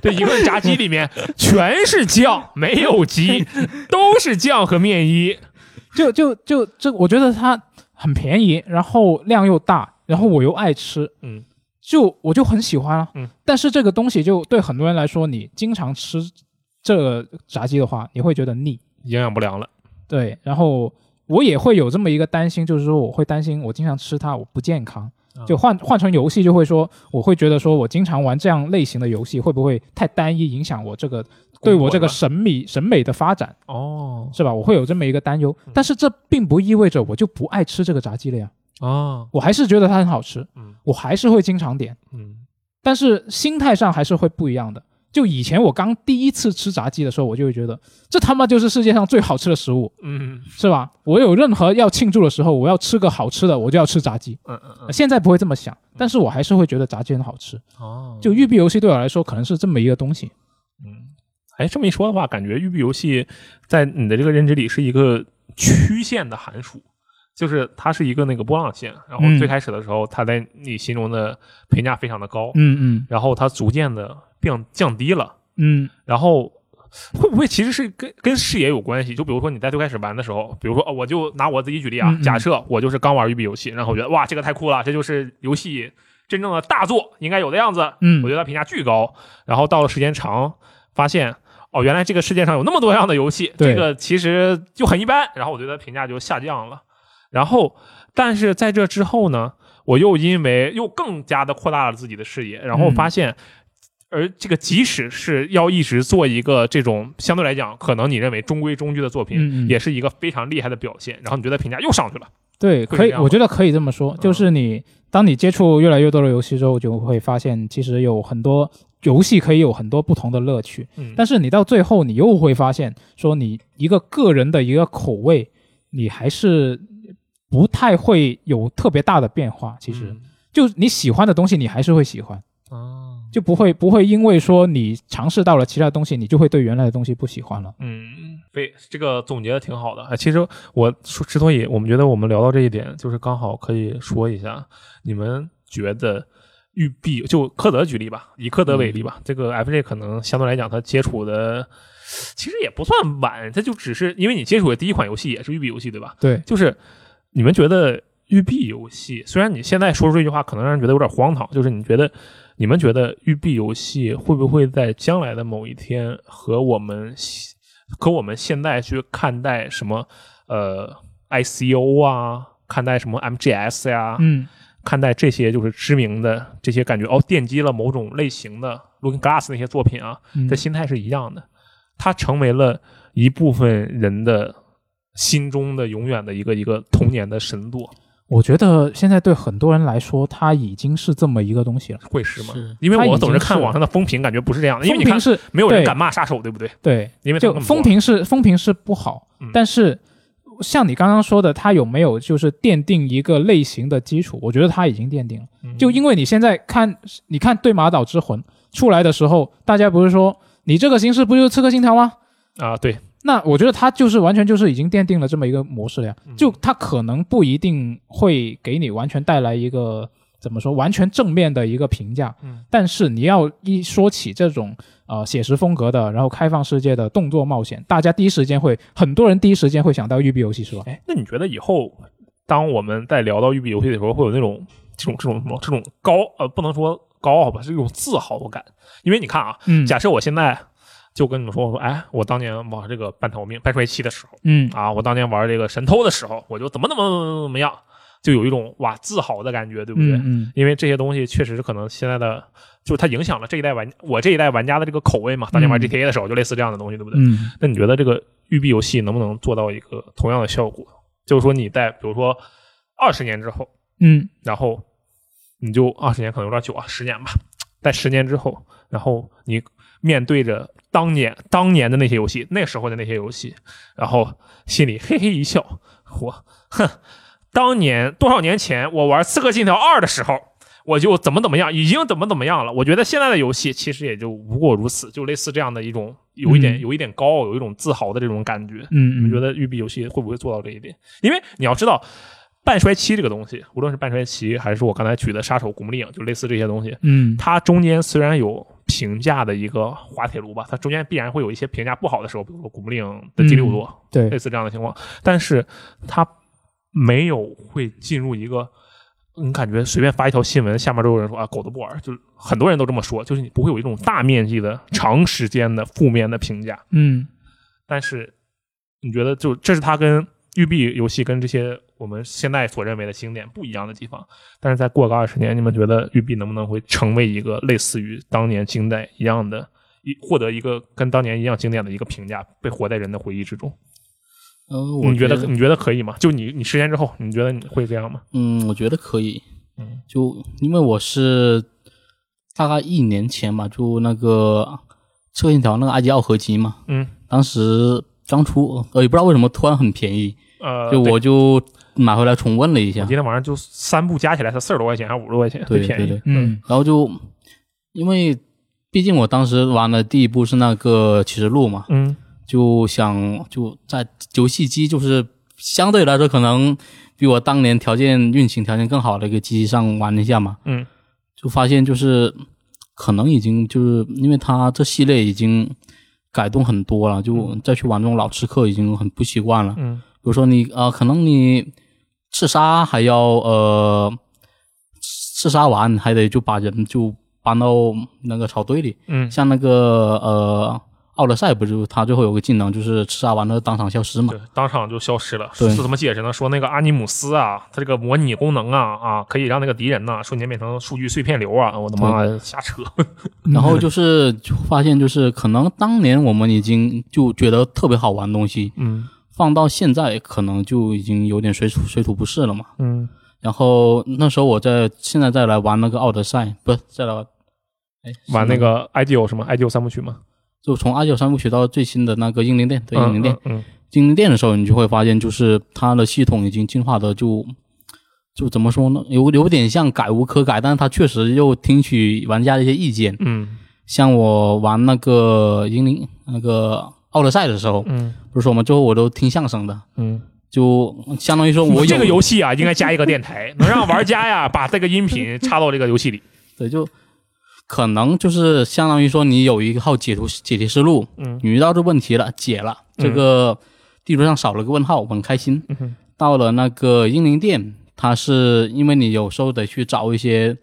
A: 这一份炸鸡里面 全是酱，没有鸡，都是酱和面衣。
B: 就就就这，我觉得它很便宜，然后量又大，然后我又爱吃，
A: 嗯，
B: 就我就很喜欢啊。
A: 嗯，
B: 但是这个东西就对很多人来说，你经常吃这个炸鸡的话，你会觉得腻。
A: 营养不良了。
B: 对，然后我也会有这么一个担心，就是说我会担心我经常吃它，我不健康。就换换成游戏，就会说我会觉得说我经常玩这样类型的游戏，会不会太单一，影响我这个对我这个审美审美的发展，
A: 哦
B: 是吧？我会有这么一个担忧。但是这并不意味着我就不爱吃这个炸鸡了呀，
A: 啊，
B: 我还是觉得它很好吃，
A: 嗯
B: 我还是会经常点。
A: 嗯
B: 但是心态上还是会不一样的。就以前我刚第一次吃炸鸡的时候，我就会觉得这他妈就是世界上最好吃的食物，
A: 嗯
B: 是吧？我有任何要庆祝的时候，我要吃个好吃的，我就要吃炸鸡。
A: 嗯嗯
B: 现在不会这么想，但是我还是会觉得炸鸡很好吃。
A: 哦，
B: 就育碧游戏对我来说，可能是这么一个东西。
A: 嗯，哎，这么一说的话，感觉育碧游戏在你的这个认知里是一个曲线的函数，就是它是一个那个波浪线。然后
B: 嗯
A: 最开始的时候，它在你心中的评价非常的高，
B: 嗯
A: 然后它逐渐的变降低了，
B: 嗯
A: 然后。会不会其实是跟跟视野有关系？就比如说你在最开始玩的时候，比如说、哦、我就拿我自己举例啊，
B: 嗯嗯
A: 假设我就是刚玩育碧游戏，然后我觉得哇这个太酷了，这就是游戏真正的大作应该有的样子，
B: 嗯
A: 我觉得评价巨高。然后到了时间长，发现哦，原来这个世界上有那么多样的游戏，
B: 对
A: 这个其实就很一般。然后我觉得评价就下降了。然后，但是在这之后呢，我又因为又更加的扩大了自己的视野，然后
B: 嗯
A: 发现。而这个，即使是要一直做一个这种相对来讲，可能你认为中规中矩的作品，
B: 嗯嗯
A: 也是一个非常厉害的表现。然后你觉得评价又上去了，
B: 对，
A: 会
B: 可以
A: 这，样吗
B: 我觉得可以这么说，
A: 嗯
B: 就是你当你接触越来越多的游戏之后，就会发现其实有很多游戏可以有很多不同的乐趣。
A: 嗯，
B: 但是你到最后，你又会发现，说你一个个人的一个口味，你还是不太会有特别大的变化。其实，就你喜欢的东西，你还是会喜欢，
A: 嗯，
B: 就不会不会因为说你尝试到了其他东西，你就会对原来的东西不喜欢了。
A: 嗯，非这个总结的挺好的。哎，其实我说之所以我们觉得我们聊到这一点，就是刚好可以说一下，你们觉得育碧就科德举例吧，以科德为例吧，这个 FJ 可能相对来讲他接触的其实也不算晚，他就只是因为你接触的第一款游戏也是育碧游戏，对吧？
B: 对，
A: 就是你们觉得育碧游戏，虽然你现在说出这句话可能让人觉得有点荒唐，就是你觉得你们觉得育碧游戏会不会在将来的某一天和我们现和我们现在去看待什么呃 ICO 啊，看待什么 MGS 呀、
B: 嗯，
A: 看待这些就是知名的这些感觉哦，奠基了某种类型的 Looking Glass 那些作品啊，
B: 嗯
A: 的心态是一样的，它成为了一部分人的心中的永远的一个一个童年的神作，
B: 我觉得现在对很多人来说，它已经是这么一个东西了。
A: 会是吗？
C: 是
A: 因
B: 它
A: 为
B: 已
A: 我
B: 经
A: 总是看
B: 是
A: 网上的风评，感觉不是这样的，因为你
B: 风
A: 看
B: 评是
A: 没有人
B: 对
A: 敢骂杀手，对不对？
B: 对，
A: 因为他
B: 就
A: 们那么多
B: 风评是风评是不好，
A: 嗯
B: 但是像你刚刚说的，它有没有就是奠定一个类型的基础？我觉得它已经奠定了。
A: 嗯
B: 就因为你现在看，你看《对马岛之魂》出来的时候，大家不是说你这个形式不就是刺客信条吗？
A: 啊，对，
B: 那我觉得它就是完全就是已经奠定了这么一个模式了呀。
A: 嗯
B: 就它可能不一定会给你完全带来一个怎么说完全正面的一个评价，
A: 嗯
B: 但是你要一说起这种呃写实风格的，然后开放世界的动作冒险，大家第一时间会很多人第一时间会想到育碧游戏是吧？
A: 哎，那你觉得以后当我们在聊到育碧游戏的时候，会有那种这种这种什么这种高呃，不能说高傲吧，是一种自豪感，因为你看啊，
B: 嗯
A: 假设我现在就跟你们说，我说，哎，我当年玩这个半条命、半衰期的时候。
B: 嗯
A: 啊，我当年玩这个神偷的时候，我就怎么怎么怎么怎么样，就有一种哇自豪的感觉，对不对？
B: 嗯嗯
A: 因为这些东西确实是可能现在的，就是它影响了这一代玩我这一代玩家的这个口味嘛。当年玩
B: 嗯
A: GTA 的时候，就类似这样的东西，对不对？
B: 嗯
A: 那你觉得这个育碧游戏能不能做到一个同样的效果？就是说你在比如说二十年之后，
B: 嗯，
A: 然后你就二十年可能有点久啊，十年吧，在十年之后，然后你面对着当年当年的那些游戏，那时候的那些游戏，然后心里嘿嘿一笑，我哼，当年多少年前我玩《刺客信条二》的时候。我就怎么怎么样，已经怎么怎么样了。我觉得现在的游戏其实也就不过如此，就类似这样的一种，有一点、
B: 嗯
A: 有一点高傲，有一种自豪的这种感觉。
B: 嗯，
A: 你觉得
B: 得
A: 育碧游戏会不会做到这一点？因为你要知道，半衰期这个东西，无论是半衰期还是我刚才举的杀手、古墓丽影，就类似这些东西，
B: 嗯
A: 它中间虽然有评价的一个滑铁卢吧，它中间必然会有一些评价不好的时候，比如说古墓丽影的第六
B: 嗯
A: 多，
B: 对
A: 类似这样的情况，但是它没有会进入一个。你感觉随便发一条新闻，下面都有人说啊，狗都不玩儿，就是很多人都这么说，就是你不会有一种大面积的、长时间的负面的评价。
B: 嗯，
A: 但是你觉得就这是它跟育碧游戏跟这些我们现在所认为的经典不一样的地方。但是再过个二十年，你们觉得育碧能不能会成为一个类似于当年经典一样的，一获得一个跟当年一样经典的一个评价，被活在人的回忆之中？
C: 嗯，我
A: 你觉得你觉得可以吗？就你你十年之后，你觉得你会这样吗？
C: 嗯，我觉得可以。
A: 嗯，
C: 就因为我是大概一年前吧，就那个《刺客信条》那个埃及奥合金嘛，
A: 嗯，
C: 当时刚出，呃，也不知道为什么突然很便宜，
A: 呃，
C: 就
A: 对
C: 我就买回来重温了一下
A: 我今，天晚上就三部加起来才四十多块钱，还是五十多块钱，
C: 对
A: 最便
C: 对对
A: 宜。，
B: 嗯
C: 然后就因为毕竟我当时玩的第一部是那个《启示录》嘛，
A: 嗯，
C: 就想就在游戏机就是相对来说可能比我当年条件运行条件更好的一个机器上玩一下嘛，
A: 嗯，
C: 就发现就是可能已经就是因为它这系列已经改动很多了，就再去玩这种老刺客已经很不习惯了，
A: 嗯，
C: 比如说你呃，可能你刺杀还要呃刺杀完还得就把人就搬到那个草堆里，
A: 嗯
C: 像那个呃奥德赛不就他最后有个技能就是刺杀完了当场消失嘛
A: 对，，当场就消失了。
C: 对
A: 是怎么解释呢？说那个阿尼姆斯啊，它这个模拟功能啊啊，可以让那个敌人呐、瞬间变成数据碎片流啊！我的妈呀，瞎 扯！
C: 然后就是就发现就是可能当年我们已经就觉得特别好玩的东西，
A: 嗯
C: 放到现在可能就已经有点水土水土不适了嘛。
A: 嗯，
C: 然后那时候我在现在再来玩那个奥德赛，不是再来玩，哎，是
A: 玩那个 IDO 什么 IDO 三部曲吗？
C: 就从二九三部曲到最新的那个英灵殿，对英灵殿，
A: 嗯，嗯
C: 精灵殿的时候，你就会发现，就是它的系统已经进化的就就怎么说呢，有有点像改无可改，但是它确实又听取玩家的一些意见。
A: 嗯
C: 像我玩那个英灵那个奥德赛的时候，
A: 嗯
C: 不是说嘛，最后我都听相声的，
A: 嗯
C: 就相当于说我
A: 我
C: 有
A: 这个游戏啊，应该加一个电台，能让玩家呀把这个音频插到这个游戏里。
C: 对就。可能就是相当于说，你有一套解图解题思路，
A: 嗯
C: 你遇到这问题了，解了，这个地图上少了个问号，我很开心。
A: 嗯哼
C: 到了那个英灵殿，它是因为你有时候得去找一些，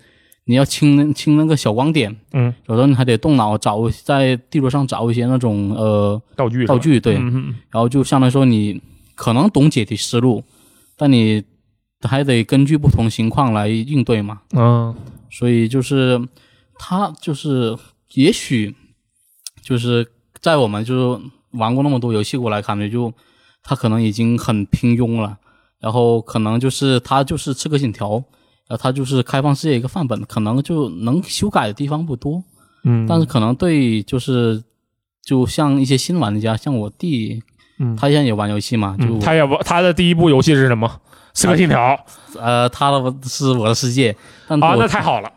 C: 你要清清那个小光点，
A: 嗯，
C: 有时候你还得动脑找在地图上找一些那种呃
A: 道具是吧
C: 道，具，对，
A: 嗯嗯
C: 然后就相当于说你可能懂解题思路，但你还得根据不同情况来应对嘛，
A: 嗯
C: 所以就是它就是也许就是在我们就是玩过那么多游戏过来看，感觉就它可能已经很平庸了，然后可能就是它就是刺客信条，然后它就是开放世界一个范本，可能就能修改的地方不多，
A: 嗯，
C: 但是可能对就是就像一些新玩家，像我弟，
A: 嗯
C: 他现在也玩游戏嘛，就、
A: 嗯他也玩他的第一部游戏是什么？刺客信条啊，
C: 呃他的是我的世界，但哎我
A: 那太好了。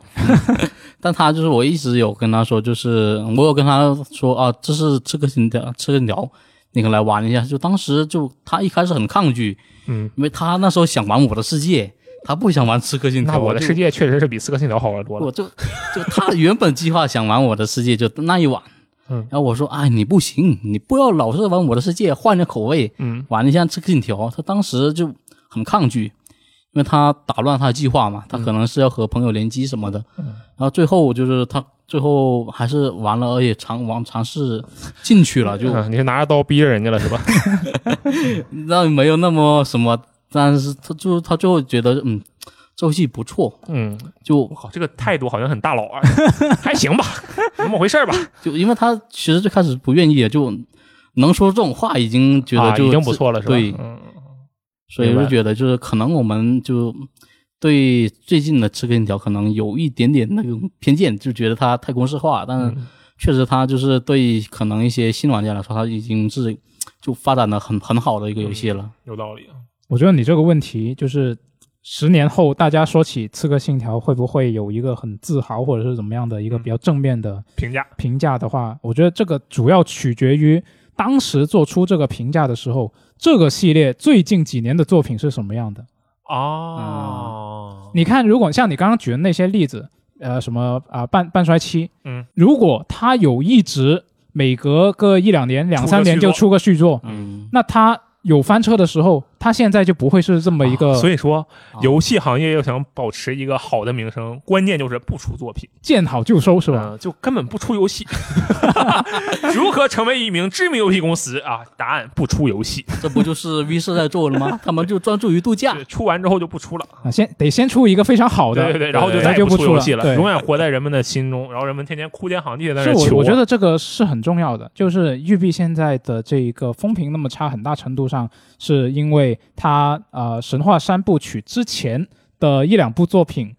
C: 但他就是我一直有跟他说，就是我有跟他说啊，这是刺客信条，刺客信条，你可以来玩一下。就当时就他一开始很抗拒，
A: 嗯，
C: 因为他那时候想玩我的世界，他不想玩刺客信条。
A: 那我的世界确实是比刺客信条好玩多
C: 我
A: 了。
C: 就，我就就他原本计划想玩我的世界，就那一晚。
A: 嗯
C: 然后我说，哎，你不行，你不要老是玩我的世界，换个口味，
A: 嗯
C: 玩一下刺客信条。他当时就很抗拒，因为他打乱他的计划
A: 嗯
C: 嘛，他可能是要和朋友联机什么的。然后最后就是他最后还是玩了，而且尝玩尝试进去 了，就
A: 嗯，你是拿着刀逼着人家了是吧？
C: 那没有那么什么，但是他就他最后觉得嗯，这游戏不错，
A: 嗯，
C: 就
A: 靠，这个态度好像很大佬 啊，还行吧，那么回事儿吧，
C: 就因为他其实最开始不愿意，就能说这种话已经觉
A: 啊
C: 得就、
A: 已经不，错了，是吧？
C: 对
A: 嗯
C: 所以
A: 明
C: 我
A: 白嗯
C: 就觉得就是可能我们就对最近的刺客信条可能有一点点那种偏见，就觉得它太公式化，但
A: 嗯
C: 是
B: 嗯
C: 确实它就是对可能一些新玩家来说，它已经是就发展的很很好的一个游戏了。
A: 有道理。啊
B: 我觉得你这个问题就是十年后大家说起《刺客信条》，会不会有一个很自豪或者是怎么样的
A: 嗯
B: 一个比较正面的
A: 评价，
B: 评价的话，我觉得这个主要取决于当时做出这个评价的时候，这个系列最近几年的作品是什么样的。
A: 哦，
B: 你看，如果像你刚刚举的那些例子，呃，什么啊、半半衰期，
A: 嗯，
B: 如果他有一直每隔个一两年、两
A: 出个
B: 三年
A: 续作
B: 就出个续作，
C: 嗯，
B: 那他有翻车的时候，它现在就不会是这么一个，
A: 哦所以说
B: 啊，
A: 游戏行业要想保持一个好的名声，关键就是不出作品，
B: 见好就收是吧？
A: 嗯就根本不出游戏。 如何成为一名知名游戏公司啊？答案不出游戏，
C: 嗯这不就是 V 社在做 了吗？他们就专注于度假
A: 对，出完之后就不出了。
B: 啊，先得先出一个非常啊好的，
A: 对对对，然后就
C: 对
A: 再也
B: 就不
A: 出
B: 出
A: 游
B: 了
A: 戏了，
B: 对
A: 永远活在人们的心中，然后人们天天哭天喊地地在
B: 是
A: 那
B: 我
A: 求。
B: 我觉得这个是很重要的，就是育碧现在的这一个风评那么差，很大程度上是因为它呃《神话三部曲》之前的一两部作品，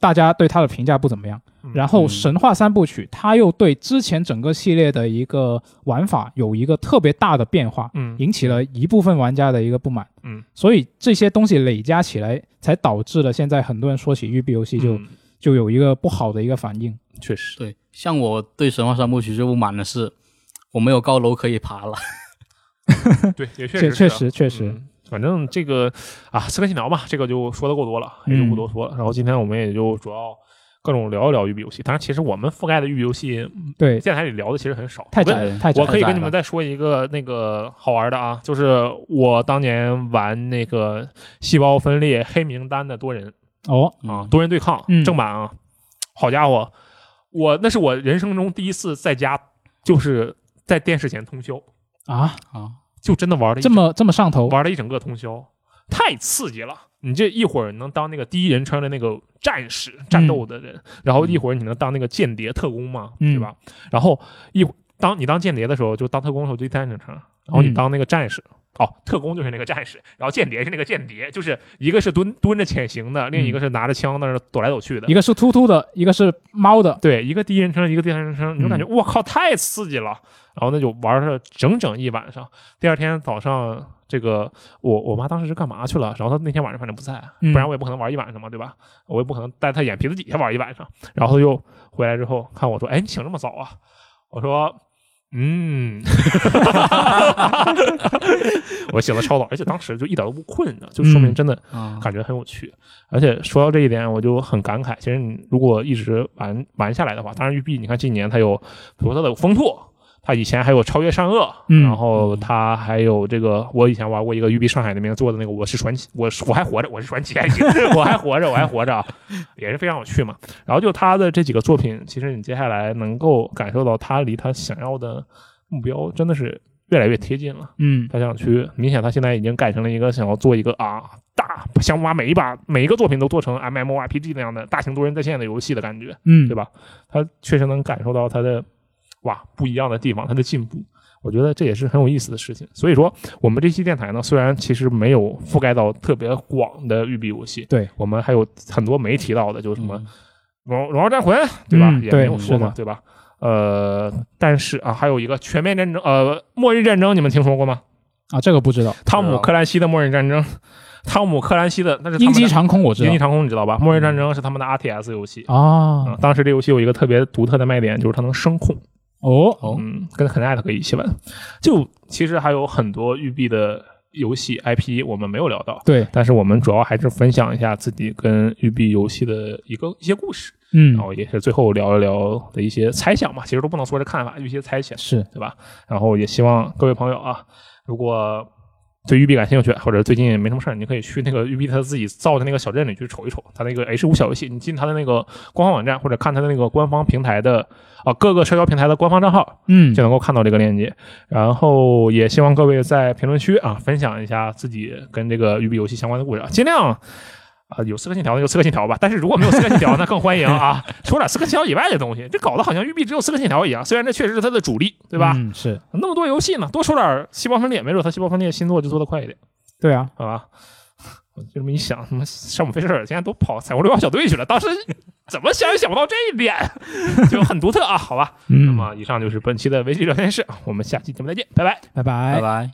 B: 大家对它的评价不怎么样，
A: 嗯，
B: 然后《
C: 嗯
B: 神话三部曲》它又对之前整个系列的一个玩法有一个特别大的变化，
A: 嗯
B: 引起了一部分玩家的一个不满，
A: 嗯，
B: 所以这些东西累加起来，才导致了现在很多人说起育碧游戏就、
A: 嗯
B: 就有一个不好的一个反应。
A: 确实，
C: 对，像我对《神话三部曲》最不满的是，我没有高楼可以爬了。
A: 对，也确实
B: 确确
A: 是啊
B: 实确实，
A: 嗯反正这个啊，《刺客信条》嘛，这个就说的够多了，也就不
B: 嗯
A: 多说了。然后今天我们也就主要各种聊一聊育碧游戏，当然其实我们覆盖的育碧游戏
B: 对，
A: 电台里聊的其实很少，
B: 太
A: 我跟
B: 窄了，
C: 我
B: 太窄
A: 我
B: 了。
A: 可以
C: 窄
A: 跟你
C: 了
A: 们再说一个那个好玩的啊，就是我当年玩那个细胞分裂黑名单的多人
B: 哦，
A: 啊
C: 嗯，
A: 多人对抗
B: 嗯
A: 正版啊，好家伙，我那是我人生中第一次在家就是在电视前通宵，
B: 啊，
C: 啊，
A: 就真的玩了一
B: 这么这么上头，
A: 玩了一整个通宵，太刺激了！你这一会儿能当那个第一人称的那个战士、战斗的人，然后一会儿你能当那个间谍特工嘛，
B: 嗯
A: 对吧？然后一当你当间谍的时候，就当特工的时候就第三人称，然后你
B: 嗯
A: 当那个战士。哦，特工就是那个战士，然后间谍是那个间谍，就是一个是蹲蹲着潜行的，另一个是拿着枪在那儿躲来躲去的
B: 一。个是突突的，一个是猫的，
A: 对，一个第一人称，一个第三人称，你就感觉
B: 嗯
A: 我靠太刺激了。然后那就玩了整整一晚上。第二天早上，这个我我妈当时是干嘛去了？然后她那天晚上反正不在，
B: 嗯
A: 不然我也不可能玩一晚上嘛，对吧？我也不可能在她眼皮子底下玩一晚上。然后又回来之后看我说：“哎，你醒这么早啊？”我说。嗯， 我醒的超早，而且当时就一点都不困，你知道就说明
B: 嗯
A: 真的
C: 啊
A: 感觉很有趣。而且说到这一点，我就很感慨。其实你如果一直玩玩下来的话，当然育碧，你看近年它有，比如它有风拓，它以前还有超越善恶，
B: 嗯
A: 然后它还有这个，我以前玩过一个育碧上海那边做的那个，我是传奇，我是我还活着，我是传奇，我还活着，我还活着啊， 也是非常有趣嘛。然后就它的这几个作品，其实你接下来能够感受到它离它想要的目标真的是越来越贴近了。
B: 嗯，
A: 他想去，明显他现在已经改成了一个想要做一个啊大，想把每一把每一个作品都做成 MMORPG 那样的大型多人在线的游戏的感觉，
B: 嗯，
A: 对吧？他确实能感受到他的哇不一样的地方，他的进步。我觉得这也是很有意思的事情。所以说，我们这期电台呢，虽然其实没有覆盖到特别广的育碧游戏，
B: 对
A: 我们还有很多没提到的，就是什么
C: 嗯
A: 荣荣耀战魂，对吧？
B: 嗯
A: 也
B: 对
A: 没有说
B: 是
A: 嘛
B: 的，
A: 对吧？呃，但是啊，还有一个全面战争，呃，末日战争，你们听说过吗？
B: 啊，这个不知道，
A: 汤姆·克兰西的《末日战争》， 汤姆·克兰西的那是他
B: 鹰
A: 们的
B: 击长空我知
A: 鹰
B: 道
A: 击长空，你知道吧？《末日战争》是他们的 RTS 游戏。
B: 嗯啊
A: 嗯，当时这游戏有一个特别独特的卖点，就是它能声控。
B: 哦，
C: 哦
A: 嗯，跟 Connect 可以一起玩。就其实还有很多育碧的游戏 IP 我们没有聊到，
B: 对，
A: 但是我们主要还是分享一下自己跟育碧游戏的一个一些故事，
B: 嗯
A: 然，后也是最后聊一聊的一些猜想嘛，其实都不能说是看法，有一些猜想。
B: 是，
A: 对吧？然后也希望各位朋友啊，如果对育碧感兴趣，或者最近也没什么事儿，你可以去那个育碧他自己造的那个小镇里去瞅一瞅，他那个 H 五小游戏，你进他的那个官方网站或者看他的那个官方平台的啊、各个社交平台的官方账号，
B: 嗯
A: 就能够看到这个链接。然后也希望各位在评论区啊分享一下自己跟这个育碧游戏相关的故事，啊，尽量。啊，有刺客信条的就刺客信条吧，但是如果没有刺客信条，那更欢迎啊！ 说点刺客信条以外的东西，这搞得好像育碧只有刺客信条一样，虽然这确实是它的主力，对吧？
B: 嗯，是
A: 那么多游戏呢，多出点儿细胞分裂，没准他细胞分裂新作就做得快一点，
B: 对啊，
A: 好吧？ 我就这么一想，什么山姆费舍尔现在都跑彩虹六号小队去了，当时怎么想也想不到这一点， 就很独特啊，好吧？那
B: 嗯，
A: 么以上就是本期的维基聊天室，我们下期节目再见，拜拜。
B: 拜拜
C: 拜。拜。